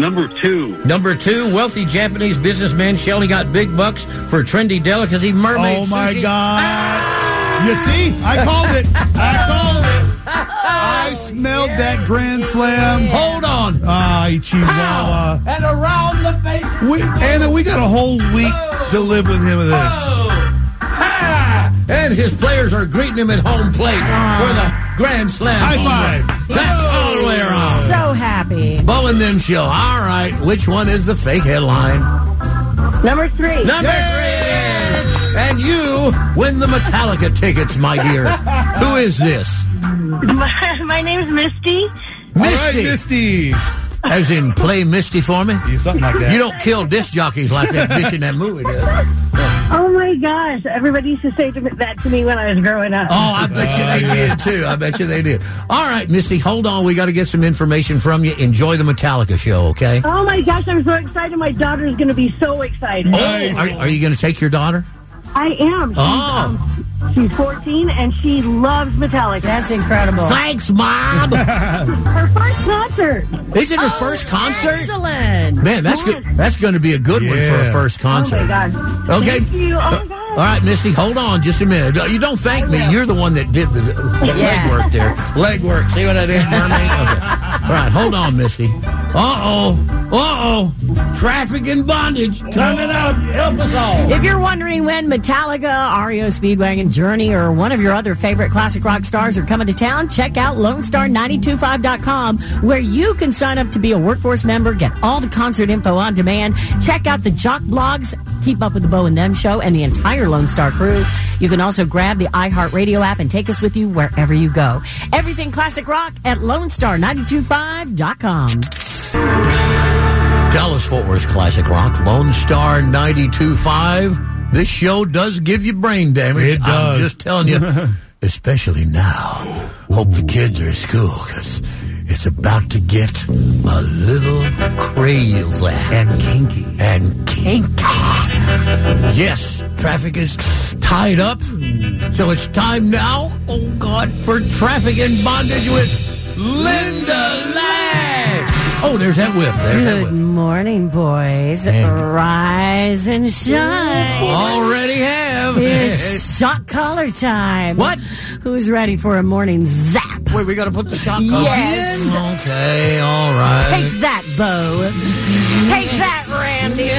S23: Number two.
S14: Number two, wealthy Japanese businessman shelling out big bucks for trendy delicacy mermaid
S15: Oh my
S14: sushi.
S15: god! Ah! You see, I called it. I called it. I smelled yeah. that grand slam.
S14: Yeah. Hold on.
S15: Ah, uh, Ichiwawa.
S3: And around the face.
S15: We, Anna, we got a whole week to live with him with this.
S14: Oh. Ha! And his players are greeting him at home plate for the grand slam.
S15: High
S14: home
S15: five.
S14: run. That's all the way around.
S16: So happy.
S14: Bo and them show. All right, which one is the fake headline?
S22: Number three.
S14: Number three. And you win the Metallica tickets, my dear. Who is this?
S22: My, my name's Misty.
S15: All right,
S14: Misty.
S15: Misty.
S14: As in, play Misty for me?
S15: Yeah, something like that.
S14: You don't kill disc jockeys like that bitch in that movie does.
S22: Oh my gosh! Everybody used to say to me, that to me when I was growing up.
S14: Oh, I bet you they did too. I bet you they did. All right, Misty, hold on. We got to get some information from you. Enjoy the Metallica show, okay?
S22: Oh my gosh! I'm so excited. My daughter's going to be so excited.
S14: Oh, are, are you going to take your daughter?
S22: I am. She's,
S14: Oh.
S22: um, she's 14 and she loves Metallica.
S16: That's incredible.
S14: Thanks, Mom.
S22: Her first concert. Oh,
S14: Is it her first concert?
S16: Excellent.
S14: Man, that's good. That's going to be a good one for a
S15: Yeah.
S14: first concert.
S22: Oh my gosh.
S14: Okay. Uh,
S22: Thank you. Oh my
S14: All
S22: gosh.
S14: right, Misty, hold on just a minute. You don't thank me. You're the one that did the
S16: Yeah.
S14: legwork there. Legwork. See what I did, Mermaid? Okay. All right, hold on, Misty. Uh-oh. Uh-oh. Traffic and bondage coming up. Help us all.
S16: If you're wondering when Metallica, REO Speedwagon, Journey, or one of your other favorite classic rock stars are coming to town, check out LoneStar925.com where you can sign up to be a workforce member, get all the concert info on demand, check out the jock blogs, keep up with the Bo and Them show, and the entire Lone Star crew. You can also grab the iHeartRadio app and take us with you wherever you go. Everything classic rock at LoneStar925.com.
S14: Dallas Fort Worth Classic Rock, Lone Star 92.5. This show does give you brain damage.
S15: It
S14: I'm
S15: does.
S14: just telling you, especially now. Hope the kids are at school because it's about to get a little crazy and kinky. And kinky. Yes, traffic is tied up. So it's time now, oh God, for traffic and bondage with Linda Lang. Oh, there's that whip. There's that whip.
S16: Good morning, boys.
S14: Hey.
S16: Rise and shine.
S14: Already have.
S16: It's shock collar time.
S14: What?
S16: Who's ready for a morning zap?
S14: Wait, we got to put the shot collar
S16: Yes.
S14: in? Okay, all right.
S16: Take that, Bo. Take that, Randy.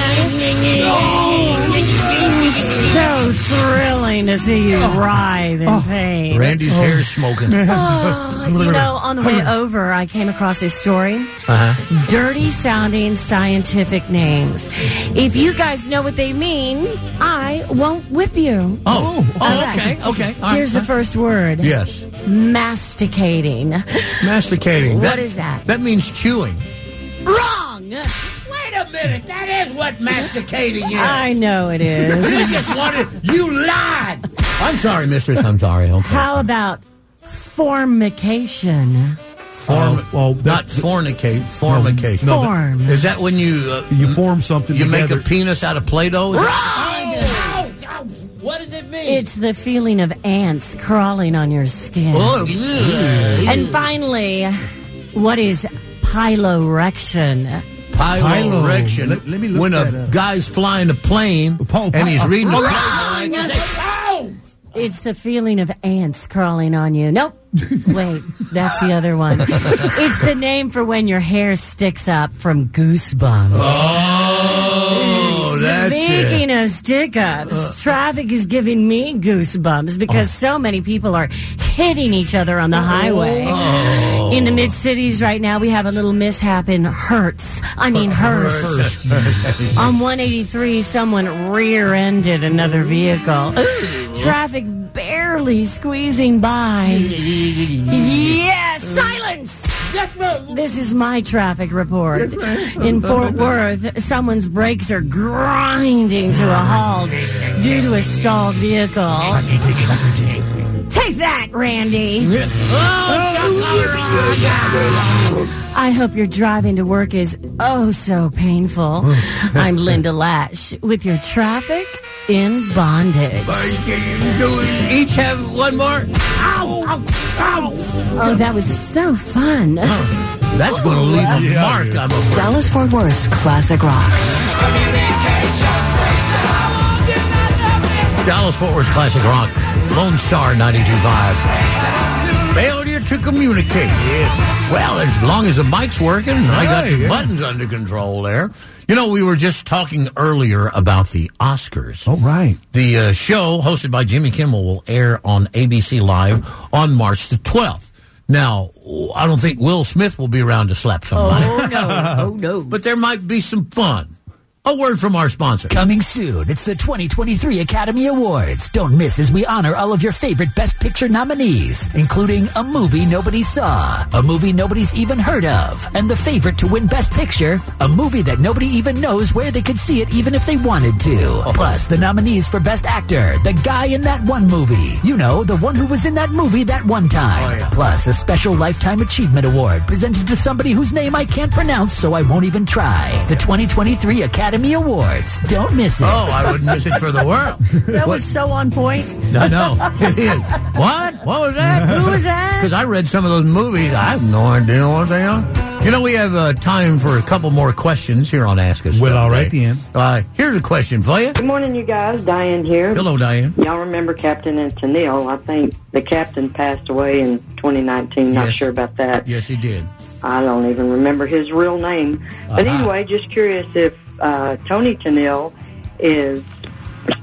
S16: so thrilling to see you
S14: Oh.
S16: writhe in pain.
S14: Randy's hair's smoking.
S16: Oh, you know, on the way over, I came across this story.
S14: Uh-huh.
S16: Dirty sounding scientific names. If you guys know what they mean, I won't whip you.
S14: Oh, oh,
S16: All right.
S14: okay, okay. all right.
S16: Here's the first word.
S14: Yes,
S16: Masticating.
S14: masticating.
S16: What is that?
S14: That means chewing.
S16: Wrong!
S14: Wait a minute, that is what masticating is.
S16: I know it is.
S14: you just wanted, you lied. I'm sorry, mistress, I'm sorry. Okay.
S16: How about formication?
S14: Form,
S15: well,
S14: not
S15: that's-
S14: fornicate, formication.
S15: No, that-
S16: Form.
S14: Is that when you uh,
S15: You form something.
S14: you make
S15: together.
S14: a penis out of Play-Doh? Is that-
S3: What does it mean?
S16: It's the feeling of ants crawling on your skin.
S14: Oh, yeah.
S16: And finally, what is pilorection?
S14: pylorection.
S15: Let- let me look
S14: when a
S15: that up.
S14: guy's flying a plane
S15: Paul,
S14: and he's
S15: Paul,
S14: reading the
S15: Paul.
S14: plane. line, he's like,
S16: It's the feeling of ants crawling on you. Nope. Wait, that's the other one. It's the name for when your hair sticks up from goosebumps.
S14: Oh, that's it. Uh.
S16: Speaking of stick ups, traffic is giving me goosebumps because
S14: Oh.
S16: so many people are hitting each other on the highway.
S14: Oh.
S16: In the mid cities right now, we have a little mishap in Hertz. I mean, Hearst. On 183, someone rear ended another vehicle. Traffic barely squeezing by. Yes, silence! This is my traffic report. In Fort Worth, someone's brakes are grinding to a halt due to a stalled vehicle. Take that, Randy. I hope your driving to work is oh so painful. I'm Linda Lash with your traffic in bondage.
S14: Do we each have one more? Ow, ow, ow.
S16: Oh, that was so fun.
S14: That's going to leave a mark, I'm afraid.
S20: Dallas Fort Worth's Classic Rock.
S14: Dallas Fort Worth Classic Rock, Lone Star 92.5. Failure to communicate.
S4: Yes.
S14: Well, as long as the mic's working, and I got
S4: Hey, yeah.
S14: buttons under control there. You know, we were just talking earlier about the Oscars.
S15: Oh, right.
S14: The uh, show hosted by Jimmy Kimmel will air on ABC Live on March the 12th. Now, I don't think Will Smith will be around to slap somebody.
S16: Oh, no. Oh, no.
S14: But there might be some fun. A word from our sponsor.
S1: Coming soon, it's the 2023 Academy Awards. Don't miss as we honor all of your favorite Best Picture nominees, including A Movie Nobody Saw, A Movie Nobody's Even Heard of, and the favorite to win Best Picture, a movie that nobody even knows where they could see it even if they wanted to. Plus, the nominees for Best Actor, the guy in that one movie. You know, the one who was in that movie that one time.
S2: Oh,
S1: Plus, a special Lifetime Achievement Award presented to somebody whose name I can't pronounce, so I won't even try. The 2023 Academy Awards. Don't miss it.
S14: Oh, I wouldn't miss it for the world.
S16: That was so on point.
S14: I know. It is. What? What was that?
S16: Who was that?
S14: Because I read some of those movies. I have no idea what they are. You know, we have uh, time for a couple more questions here on Ask Us.
S15: Well,
S14: Stuff
S15: all right
S14: Day.
S15: then.
S14: Uh, here's a question for you.
S24: Good morning, you guys. Diane here.
S14: Hello, Diane.
S24: Y'all remember Captain and Tennille? I think the captain passed away in 2019. Not
S14: Yes.
S24: sure about that.
S14: Yes, he did.
S24: I don't even remember his real name. But
S14: Uh-huh.
S24: anyway, just curious if uh, Tony Tennille is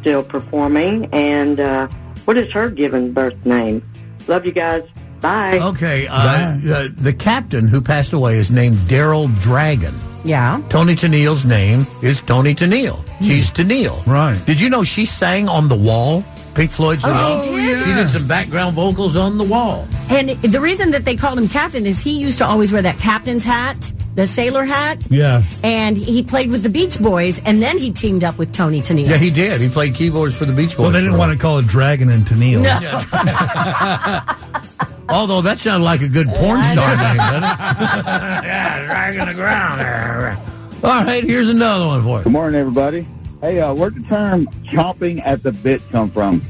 S24: still performing and uh, what is her given birth name? Love you guys. Bye.
S15: Oh.
S14: Okay, uh, the, the captain who passed away is named Daryl Dragon.
S16: Yeah.
S14: Tony Tennille's name is Tony Tennille. She's Tennille.
S15: Right.
S14: Did you know she sang on The Wall? Pink Floyd's The
S16: Oh,
S14: Wall?
S16: she did?
S14: She did some background vocals on The Wall.
S16: And the reason that they called him captain is he used to always wear that captain's hat, the sailor hat,
S15: Yeah.
S16: and he played with the Beach Boys, and then he teamed up with Tony Tennille.
S14: Yeah, he did. He played keyboards for the Beach Boys.
S15: Well, they didn't want to call it Dragon and Tennille.
S16: No.
S14: Although that sounded like a good porn
S16: I
S14: star
S16: know.
S14: name, doesn't it? yeah, dragging the ground. All right, here's another one for you.
S9: Good morning, everybody. Hey, uh, where'd the term chomping at the bit come from?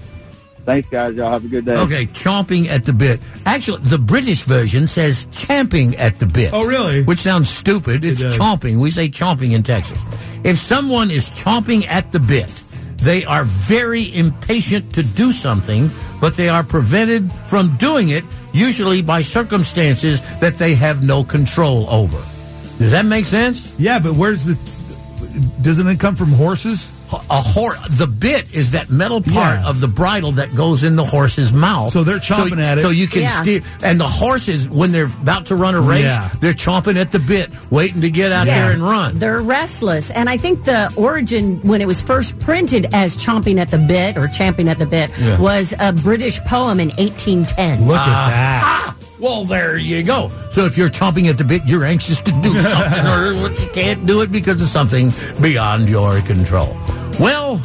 S9: Thanks, guys. Y'all have a good day.
S14: Okay, chomping at the bit. Actually, the British version says champing at the bit.
S15: Oh, really?
S14: Which sounds stupid. It's
S15: does.
S14: chomping. We say chomping in Texas. If someone is chomping at the bit, they are very impatient to do something, but they are prevented from doing it, usually by circumstances that they have no control over. Does that make sense?
S15: Yeah, but where's the? Doesn't it come from horses?
S14: A horse. The bit is that metal part
S15: Yeah.
S14: of the bridle that goes in the horse's mouth.
S15: So they're chomping at it.
S14: So you can
S16: Yeah.
S14: steer. And the horses, when they're about to run a race,
S15: Yeah.
S14: they're chomping at the bit, waiting to get out
S16: Yeah.
S14: there and run.
S16: They're restless. And I think the origin, when it was first printed as chomping at the bit or champing at the bit,
S14: Yeah.
S16: was a British poem in 1810.
S15: Look at that.
S14: Well, there you go. So if you're chomping at the bit, you're anxious to do something, or what you can't do it because of something beyond your control. Well,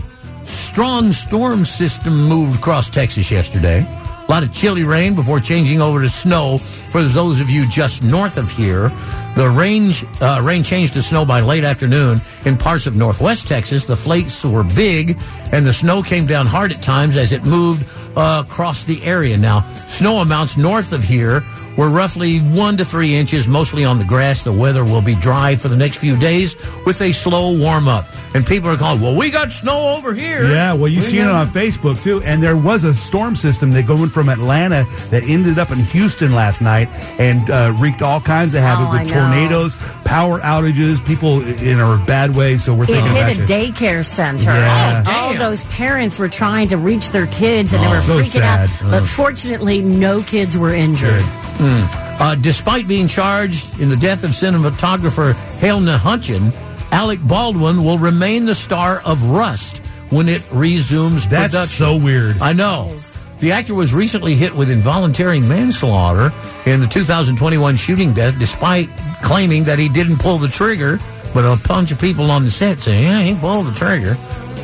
S14: strong storm system moved across Texas yesterday. A lot of chilly rain before changing over to snow for those of you just north of here. The range uh, rain changed to snow by late afternoon in parts of northwest Texas. The flakes were big, and the snow came down hard at times as it moved uh, across the area. Now, snow amounts north of here were roughly one to three inches, mostly on the grass. The weather will be dry for the next few days with a slow warm up. And people are calling, well, we got snow over here.
S15: Yeah, well, you
S14: We
S15: seen it
S14: got-
S15: on Facebook too. And there was a storm system that going from Atlanta that ended up in Houston last night and uh, wreaked all kinds of havoc
S16: Oh, I
S15: with
S16: know.
S15: tornadoes, power outages, people in a bad way. So we're
S16: It
S15: thinking about
S16: hit a
S15: you.
S16: daycare center. Oh,
S15: Yeah.
S16: All- All
S14: Oh, damn.
S16: those parents were trying to reach their kids and they were
S15: Oh, so
S16: freaking
S15: sad. Uh-huh.
S16: out. But fortunately, no kids were injured.
S14: Uh, despite being charged in the death of cinematographer Helena Hunchin, Alec Baldwin will remain the star of Rust when it resumes
S15: That's
S14: production.
S15: so weird.
S14: I know. The actor was recently hit with involuntary manslaughter in the 2021 shooting death, despite claiming that he didn't pull the trigger. But a bunch of people on the set saying, "Yeah, he pulled the trigger."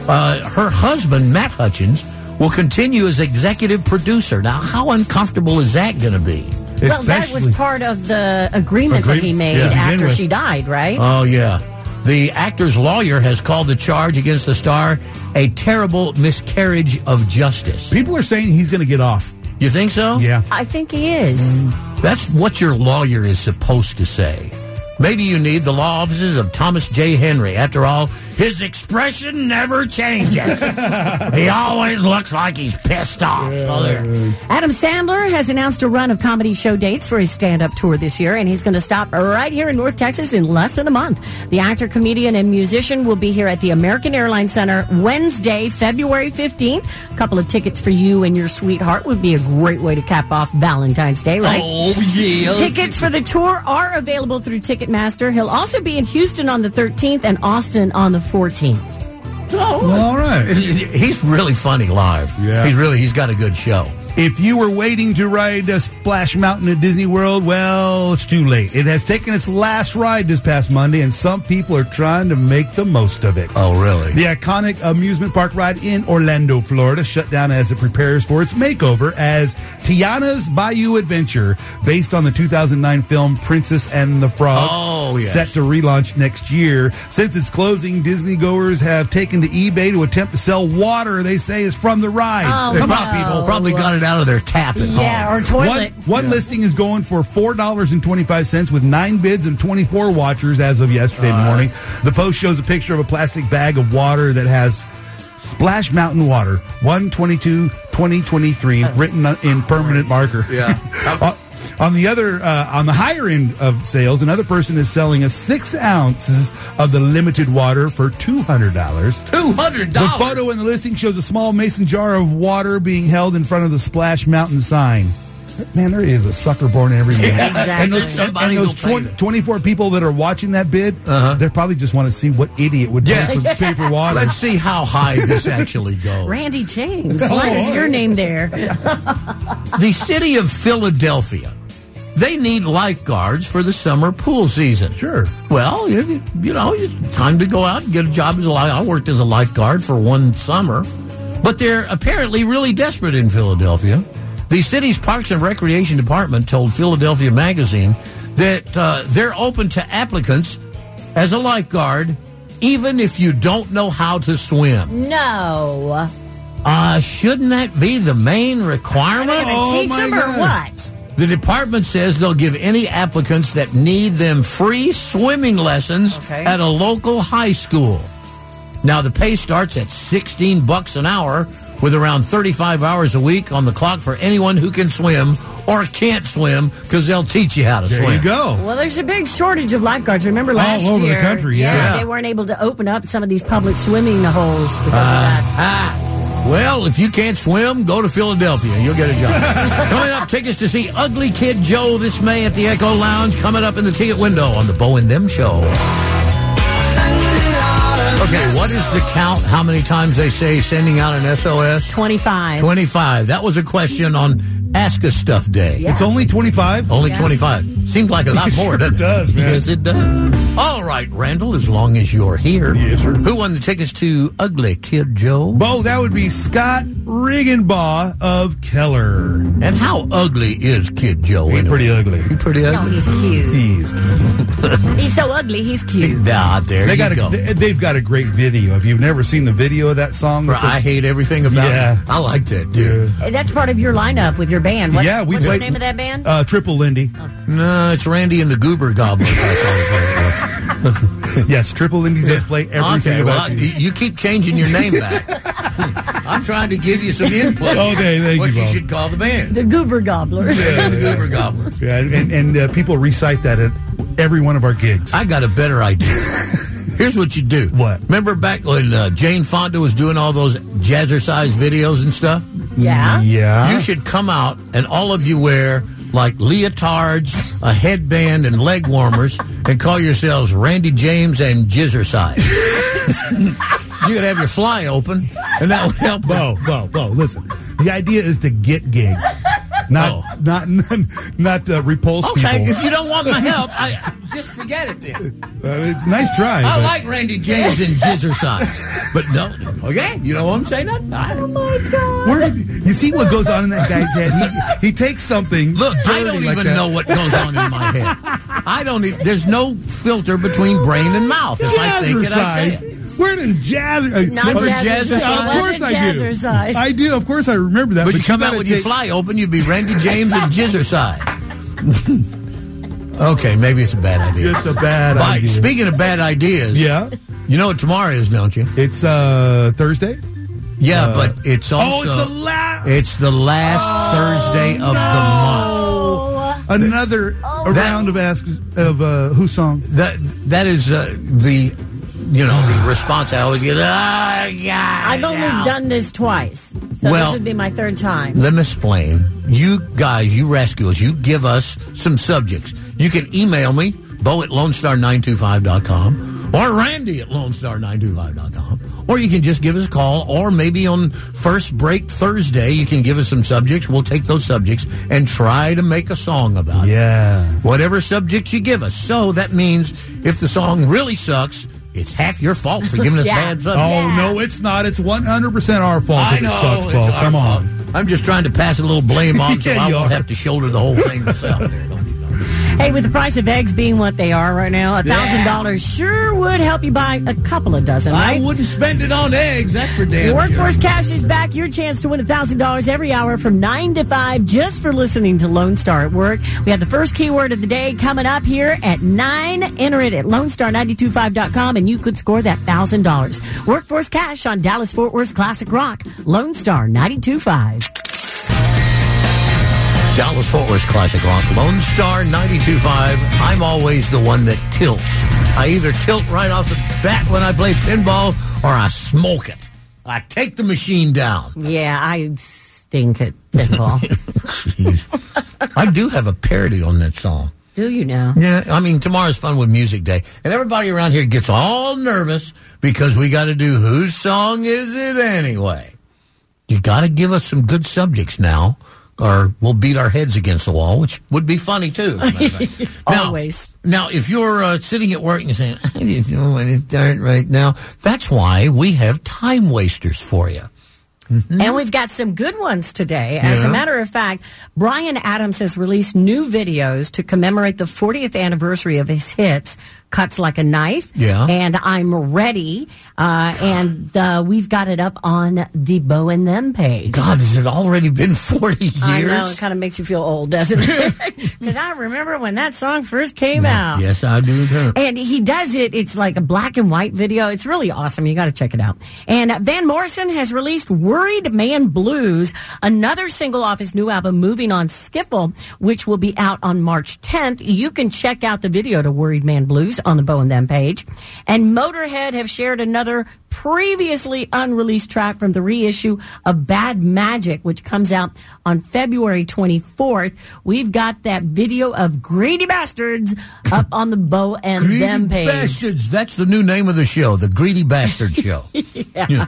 S14: Uh, her husband, Matt Hutchins, will continue as executive producer. Now, how uncomfortable is that going to be?
S16: Well, that was
S15: Especially-
S16: part of the agreement that he
S15: Agreement,
S16: made
S15: yeah, to begin
S16: after
S15: with. Uh,
S16: she died, right?
S14: Oh, yeah. The actor's lawyer has called the charge against the star a terrible miscarriage of justice.
S15: People are saying he's going to get off.
S14: You think so?
S16: Oh,
S15: Yeah.
S16: I think he is.
S14: That's what your lawyer is supposed to say. Maybe you need the law offices of Thomas J. Henry. After all, his expression never changes. he always looks like he's pissed off. Oh, there.
S16: Adam Sandler has announced a run of comedy show dates for his stand up tour this year, and he's going to stop right here in North Texas in less than a month. The actor, comedian, and musician will be here at the American Airlines Center Wednesday, February 15th. A couple of tickets for you and your sweetheart would be a great way to cap off Valentine's Day, right?
S3: Oh, yeah.
S16: Tickets for the tour are available through Ticketmaster. He'll also be in Houston on the 13th and Austin on the 14th.
S15: all right.
S14: He's really funny live.
S15: Yeah.
S14: He's really, he's got a good show.
S15: If you were waiting to ride uh, Splash Mountain at Disney World, well, it's too late. It has taken its last ride this past Monday, and some people are trying to make the most of it.
S14: Oh, really?
S15: The iconic amusement park ride in Orlando, Florida, shut down as it prepares for its makeover as Tiana's Bayou Adventure, based on the 2009 film Princess and the Frog,
S14: Oh, yes.
S15: set to relaunch next year. Since its closing, Disney goers have taken to eBay to attempt to sell water they say is from the ride.
S16: Oh,
S15: Come
S16: no.
S15: on, people.
S14: Probably got it out of their tap at
S16: Yeah,
S14: home.
S16: or toilet.
S15: One, one listing is going for four dollars and twenty-five cents, with nine bids and twenty-four watchers as of yesterday morning. The post shows a picture of a plastic bag of water that has "Splash Mountain Water 122 2023" written on- in permanent marker.
S25: Yeah.
S15: On- Uh, On the other, uh, on the higher end of sales, another person is selling a six ounces of the limited water for two hundred dollars.
S14: $200.
S15: The photo in the listing shows a small mason jar of water being held in front of the Splash Mountain sign. Man, there is a sucker born every man.
S14: Yeah, exactly.
S15: And those, and-
S14: Somebody
S15: and those
S14: will pay Uh-huh.
S15: 20 24 people that are watching that bid, they probably just want to see what idiot would pay, for, pay for water.
S14: Let's see how high this actually goes.
S16: Randy James.
S14: Oh,
S16: Why is
S14: all
S16: your name there?
S14: the city of Philadelphia. They need lifeguards for the summer pool season.
S15: Sure.
S14: Well, you, you know, it's time to go out and get a job as a li- I worked as a lifeguard for one summer, but they're apparently really desperate in Philadelphia. The city's Parks and Recreation Department told Philadelphia Magazine that uh, they're open to applicants as a lifeguard, even if you don't know how to swim.
S16: no.
S14: Uh, shouldn't that be the main requirement?
S16: Are they gonna teach
S15: Oh,
S16: them or what?
S14: The department says they'll give any applicants that need them free swimming lessons
S16: Okay.
S14: at a local high school. Now the pay starts at 16 bucks an hour with around 35 hours a week on the clock for anyone who can swim or can't swim because they'll teach you how to
S15: There
S14: swim.
S15: you go.
S16: Well, there's a big shortage of lifeguards. Remember last
S15: over the
S16: year?
S15: country, yeah.
S16: They weren't able to open up some of these public swimming holes because of
S14: Uh,
S16: that.
S14: ah. Well, if you can't swim, go to Philadelphia. You'll get a job. Coming up, tickets to see Ugly Kid Joe this May at the Echo Lounge. Coming up in the ticket window on the Bo and Them Show. Okay, what is the count? How many times they say sending out an SOS?
S16: 25.
S14: 25. That was a question on Ask Us Stuff Day.
S15: It's only 25?
S14: Only
S15: Yeah.
S14: 25. Seems like a lot
S15: It
S14: more,
S15: sure
S14: doesn't it?
S15: does, man.
S14: Yes, it does. All right, Randall, as long as you're here. Yes, sir. Who won the tickets to Ugly Kid Joe?
S15: Bo, Oh, that would be Scott Riggenbaugh of Keller.
S14: And how ugly is Kid Joe?
S15: He's
S14: anyway?
S15: pretty ugly.
S14: He's pretty
S16: No,
S14: ugly.
S16: Oh, he's cute.
S15: He's.
S16: He's so ugly, he's cute.
S14: Nah, there
S15: They
S14: you
S15: got
S14: go.
S15: a, they- they've got a great video. If you've never seen the video of that song,
S14: Bro, I hate everything about
S15: Yeah.
S14: it. I like that dude.
S16: That's part of your lineup with your band. What's,
S15: yeah, we
S16: what's
S15: played
S16: the name of that band?
S15: Uh, Triple Lindy.
S14: No, it's Randy and the Goober Goblin.
S15: yes, Triple Lindy does play everything
S14: okay, well,
S15: about
S14: I-
S15: you.
S14: you. you keep changing your name back. I'm trying to give you some input.
S15: Okay, thank
S14: what
S15: you,
S14: you
S15: Bob.
S14: should call the band.
S16: the Goober Gobblers.
S14: the Goober Goblin.
S15: Yeah, and and uh, people recite that at every one of our gigs.
S14: I got a better idea. Here's what you do.
S15: What?
S14: Remember back when uh, Jane Fonda was doing all those jazzercise videos and stuff?
S16: Yeah.
S15: Yeah.
S14: You should come out and all of you wear like leotards, a headband, and leg warmers, and call yourselves Randy James and Jizzercise. you could have your fly open, and that would help.
S15: Bo, Bo, Bo. Listen, the idea is to get gigs, not
S14: Oh.
S15: not not uh, repulse
S14: Okay,
S15: people.
S14: if you don't want my help, I just forget it then.
S15: Uh, it's a nice try.
S14: I
S15: but-
S14: like Randy James and Jizzercise, but no. Okay, you know what I'm saying? I, oh my god!
S15: Where did- you see what goes on in that guy's head? He, he takes something.
S14: Look, I
S15: dirty
S14: don't
S15: like
S14: even
S15: that.
S14: know what goes on in my head. I don't. E- there's no filter between brain and mouth. If I think it, I say it.
S15: Jazzercise. Where does jazz? uh,
S16: Not
S15: remember
S14: jazzercise.
S15: Yeah, Of course
S16: Wasn't
S15: I do.
S16: jazzercise.
S15: I do. Of course I remember that.
S14: But
S15: but
S14: you come out
S15: gotta
S14: with your
S15: take-
S14: fly open, you'd be Randy James and Jizzercise. Okay, maybe it's a bad idea.
S15: It's a bad
S14: Mike,
S15: idea.
S14: speaking of bad ideas,
S15: Yeah.
S14: you know what tomorrow is, don't you?
S15: It's uh, Thursday?
S14: Yeah,
S15: Uh,
S14: but it's
S15: oh,
S14: also
S15: it's the Oh, last-
S14: it's the last Thursday of
S16: Oh,
S14: the month.
S15: Another a round of ask of uh, who song?
S14: That that is uh, the you know the response I always get. Ah, yeah.
S16: I've only
S14: now."
S16: done this twice, so
S14: Well-
S16: this would be my third time.
S14: Let me explain. You guys, you rascals, you give us some subjects. You can email me, bo at lonestar925.com or randy at lonestar925.com. Or you can just give us a call, or maybe on First Break Thursday, you can give us some subjects. We'll take those subjects and try to make a song about it.
S15: Yeah.
S14: Whatever subjects you give us. So that means if the song really sucks, it's half your fault for giving us
S15: Yeah.
S14: bad
S15: Oh
S14: subjects.
S15: no, it's not. It's one hundred percent our fault
S14: I
S15: if it
S14: know,
S15: sucks,
S14: it's
S15: Paul.
S14: our
S15: Come
S14: fault.
S15: on.
S14: I'm just trying to pass a little blame on so
S15: Yeah,
S14: I
S15: you
S14: won't
S15: are.
S14: have to shoulder the whole thing myself.
S16: Hey, with the price of eggs being what they are right now, a thousand dollars sure would help you buy a couple of dozen, right?
S14: I wouldn't spend it on eggs, that's for damn
S16: Workforce
S14: sure.
S16: Cash is back. Your chance to win $1,000 every hour from 9 to 5 just for listening to Lone Star at Work. We have the first keyword of the day coming up here at 9. Enter it at lonestar925.com and you could score that $1,000. Workforce Cash on Dallas Fort Worth's Classic Rock, Lone Star 925.
S14: Dallas Fort Worth Classic Rock, Lone Star 92.5. I'm always the one that tilts. I either tilt right off the bat when I play pinball or I smoke it. I take the machine down.
S16: Yeah, I stink at pinball.
S14: I do have a parody on that song.
S16: Do you know?
S14: Yeah, I mean tomorrow's fun with music day, and everybody around here gets all nervous because we got to do whose song is it anyway? You got to give us some good subjects now, or we'll beat our heads against the wall, which would be funny too. as a matter of fact. Now-
S16: Always.
S14: Now, if you're uh, sitting at work and you're saying, "I don't know what it's doing right now," that's why we have time wasters for you.
S16: And we've got some good ones today. As
S14: Yeah.
S16: a matter of fact, Brian Adams has released new videos to commemorate the 40th anniversary of his hits, Cuts Like a Knife.
S14: Yeah.
S16: And I'm Ready. Uh, and uh, we've got it up on the Bow and Them page.
S14: God, has it already been forty years?
S16: I know, it kind of makes you feel old, doesn't it? Because I remember when that song first came out.
S14: Yes, I do. too.
S16: And he does it. It's like a black and white video. It's really awesome. You got to check it out. And uh, Van Morrison has released Worried Man Blues, another single off his new album, Moving on Skiffle, which will be out on March 10th. You can check out the video to Worried Man Blues on the Bow and Them page. And Motorhead have shared another previously unreleased track from the reissue of Bad Magic, which comes out on February 24th. We've got that video of Greedy Bastards up on the Bow and
S14: Greedy
S16: Them page.
S14: Bastards. That's the new name of the show, the Greedy Bastard Show.
S16: Yeah.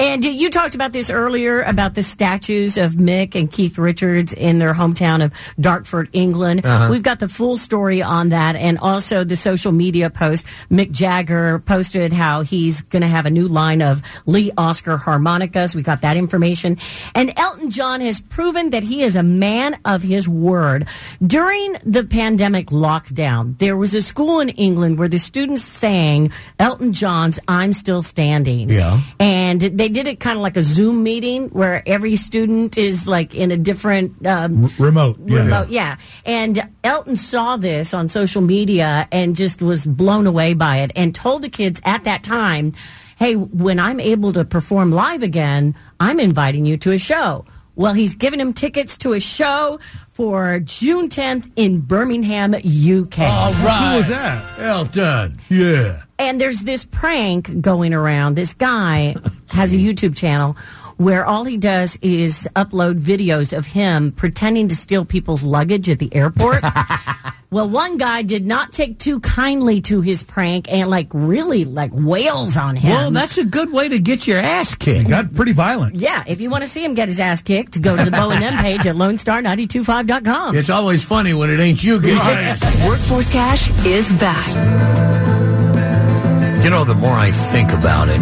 S16: and you- you talked about this earlier about the statues of Mick and Keith Richards in their hometown of Dartford, England.
S25: Uh-huh.
S16: We've got the full story on that and also the social media post. Mick Jagger posted how he's going to have a new line of Lee Oscar harmonicas. We got that information. And Elton John has proven that he is a man of his word. During the pandemic lockdown, there was a school in England where the students sang Elton John's I'm Still Standing.
S14: Yeah.
S16: And they did it kind of like a Zoom meeting where every student is like in a different um,
S15: Remote. Yeah.
S16: remote. Yeah. And Elton saw this on social media and just was blown away by it and told the kids at that time, hey, when I'm able to perform live again, I'm inviting you to a show. Well, he's giving him tickets to a show for June 10th in Birmingham, UK.
S14: All right.
S15: Who was that?
S14: Elton. Yeah.
S16: And there's this prank going around. This guy has a YouTube channel where all he does is upload videos of him pretending to steal people's luggage at the airport. well, one guy did not take too kindly to his prank and like really like wails on him.
S14: Well, that's a good way to get your ass
S15: It
S14: kicked.
S15: got pretty violent.
S16: yeah, if you want to see him get his ass kicked, go to the Bow and M page at lonestar925.com.
S14: It's always funny when it ain't you getting your ass kicked.
S20: Workforce Cash is back.
S14: You know, the more I think about it,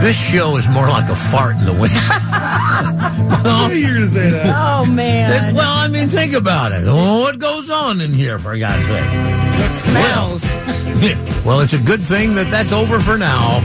S14: this show is more like a fart in the wind.
S15: I knew you were going to say that.
S16: Oh man.
S14: It- well, I mean, think about it. Oh, what goes on in here, for God's sake?
S16: It smells.
S14: well, it's a good thing that that's over for now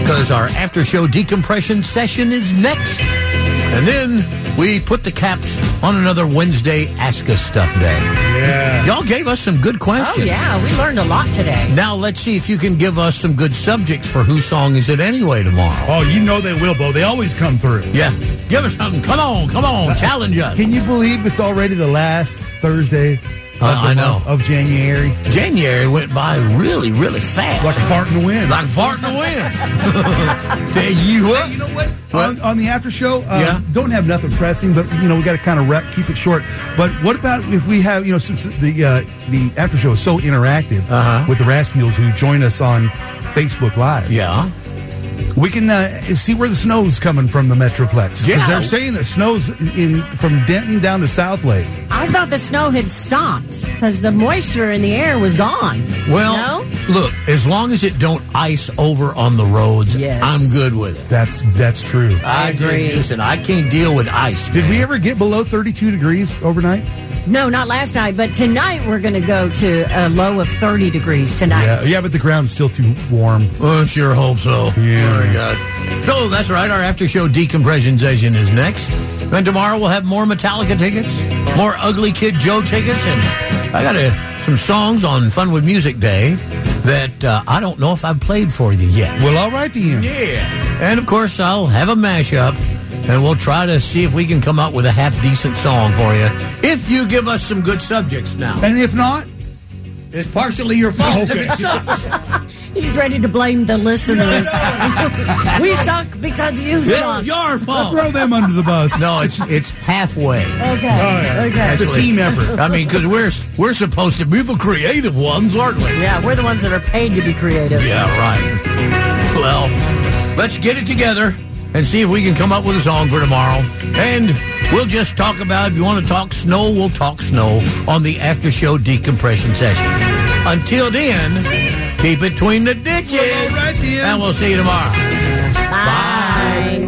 S14: because our after show decompression session is next. And then We put the caps on another Wednesday Ask Us Stuff Day.
S15: Yeah.
S14: Y'all gave us some good questions.
S16: Oh, yeah. We learned a lot today.
S14: Now let's see if you can give us some good subjects for Whose Song Is It Anyway tomorrow.
S15: Oh, you know they will, Bo. They always come through.
S14: Yeah. Give us something. Come on. Come on. Challenge us.
S15: Can you believe it's already the last Thursday of,
S14: Uh, I
S15: the
S14: know.
S15: month of January?
S14: January went by really, really fast.
S15: Like a fart in the wind.
S14: Like fart in the wind. Tell you what.
S15: Hey, you know what? On, on the after show, um,
S14: Yeah.
S15: don't have nothing pressing, but you know we got to kind of wrap, keep it short. But what about if we have you know since the uh, the after show is so interactive with the Rascals who join us on Facebook Live?
S14: Uh-huh. Yeah.
S15: We can uh, see where the snow's coming from the Metroplex.
S14: Yeah.
S15: they're saying that snow's in from Denton down to South Lake.
S16: I thought the snow had stopped because the moisture in the air was gone.
S14: Well, look, as long as it don't ice over on the roads,
S16: Yes.
S14: I'm good with it.
S15: That's that's true.
S14: I agree. Listen, I can't deal with ice.
S15: Did we ever get below 32 degrees overnight?
S16: no, no, not last night, but tonight we're going to go to a low of 30 degrees tonight.
S15: Yeah, yeah, but the ground's still too warm.
S14: Well, sure hope so.
S15: Yeah.
S14: Oh, my God. So that's right. Our after show decompression session is next. And tomorrow we'll have more Metallica tickets, more Ugly Kid Joe tickets, and I got a, some songs on Fun with Music Day that uh, I don't know if I've played for you yet.
S15: Well, all right, Ian.
S14: Yeah. And of course, I'll have a mashup, and we'll try to see if we can come up with a half decent song for you if you give us some good subjects now.
S15: And if not,
S14: It's partially your fault if it sucks.
S16: He's ready to blame the listeners. we suck because you
S14: It
S16: suck.
S14: was your fault.
S15: throw them under the bus.
S14: No, it's it's halfway.
S16: Okay. Okay.
S15: It's a
S14: Actually,
S15: team effort.
S14: I mean, because we're we're supposed to be the creative ones, aren't we?
S16: Yeah, we're the ones that are paid to be creative.
S14: Yeah, right. Well, let's get it together and see if we can come up with a song for tomorrow. And we'll just talk about if you want to talk snow, we'll talk snow on the after show decompression session. Until then, keep it between the ditches,
S15: All right, Ian.
S14: and we'll see you tomorrow. Bye.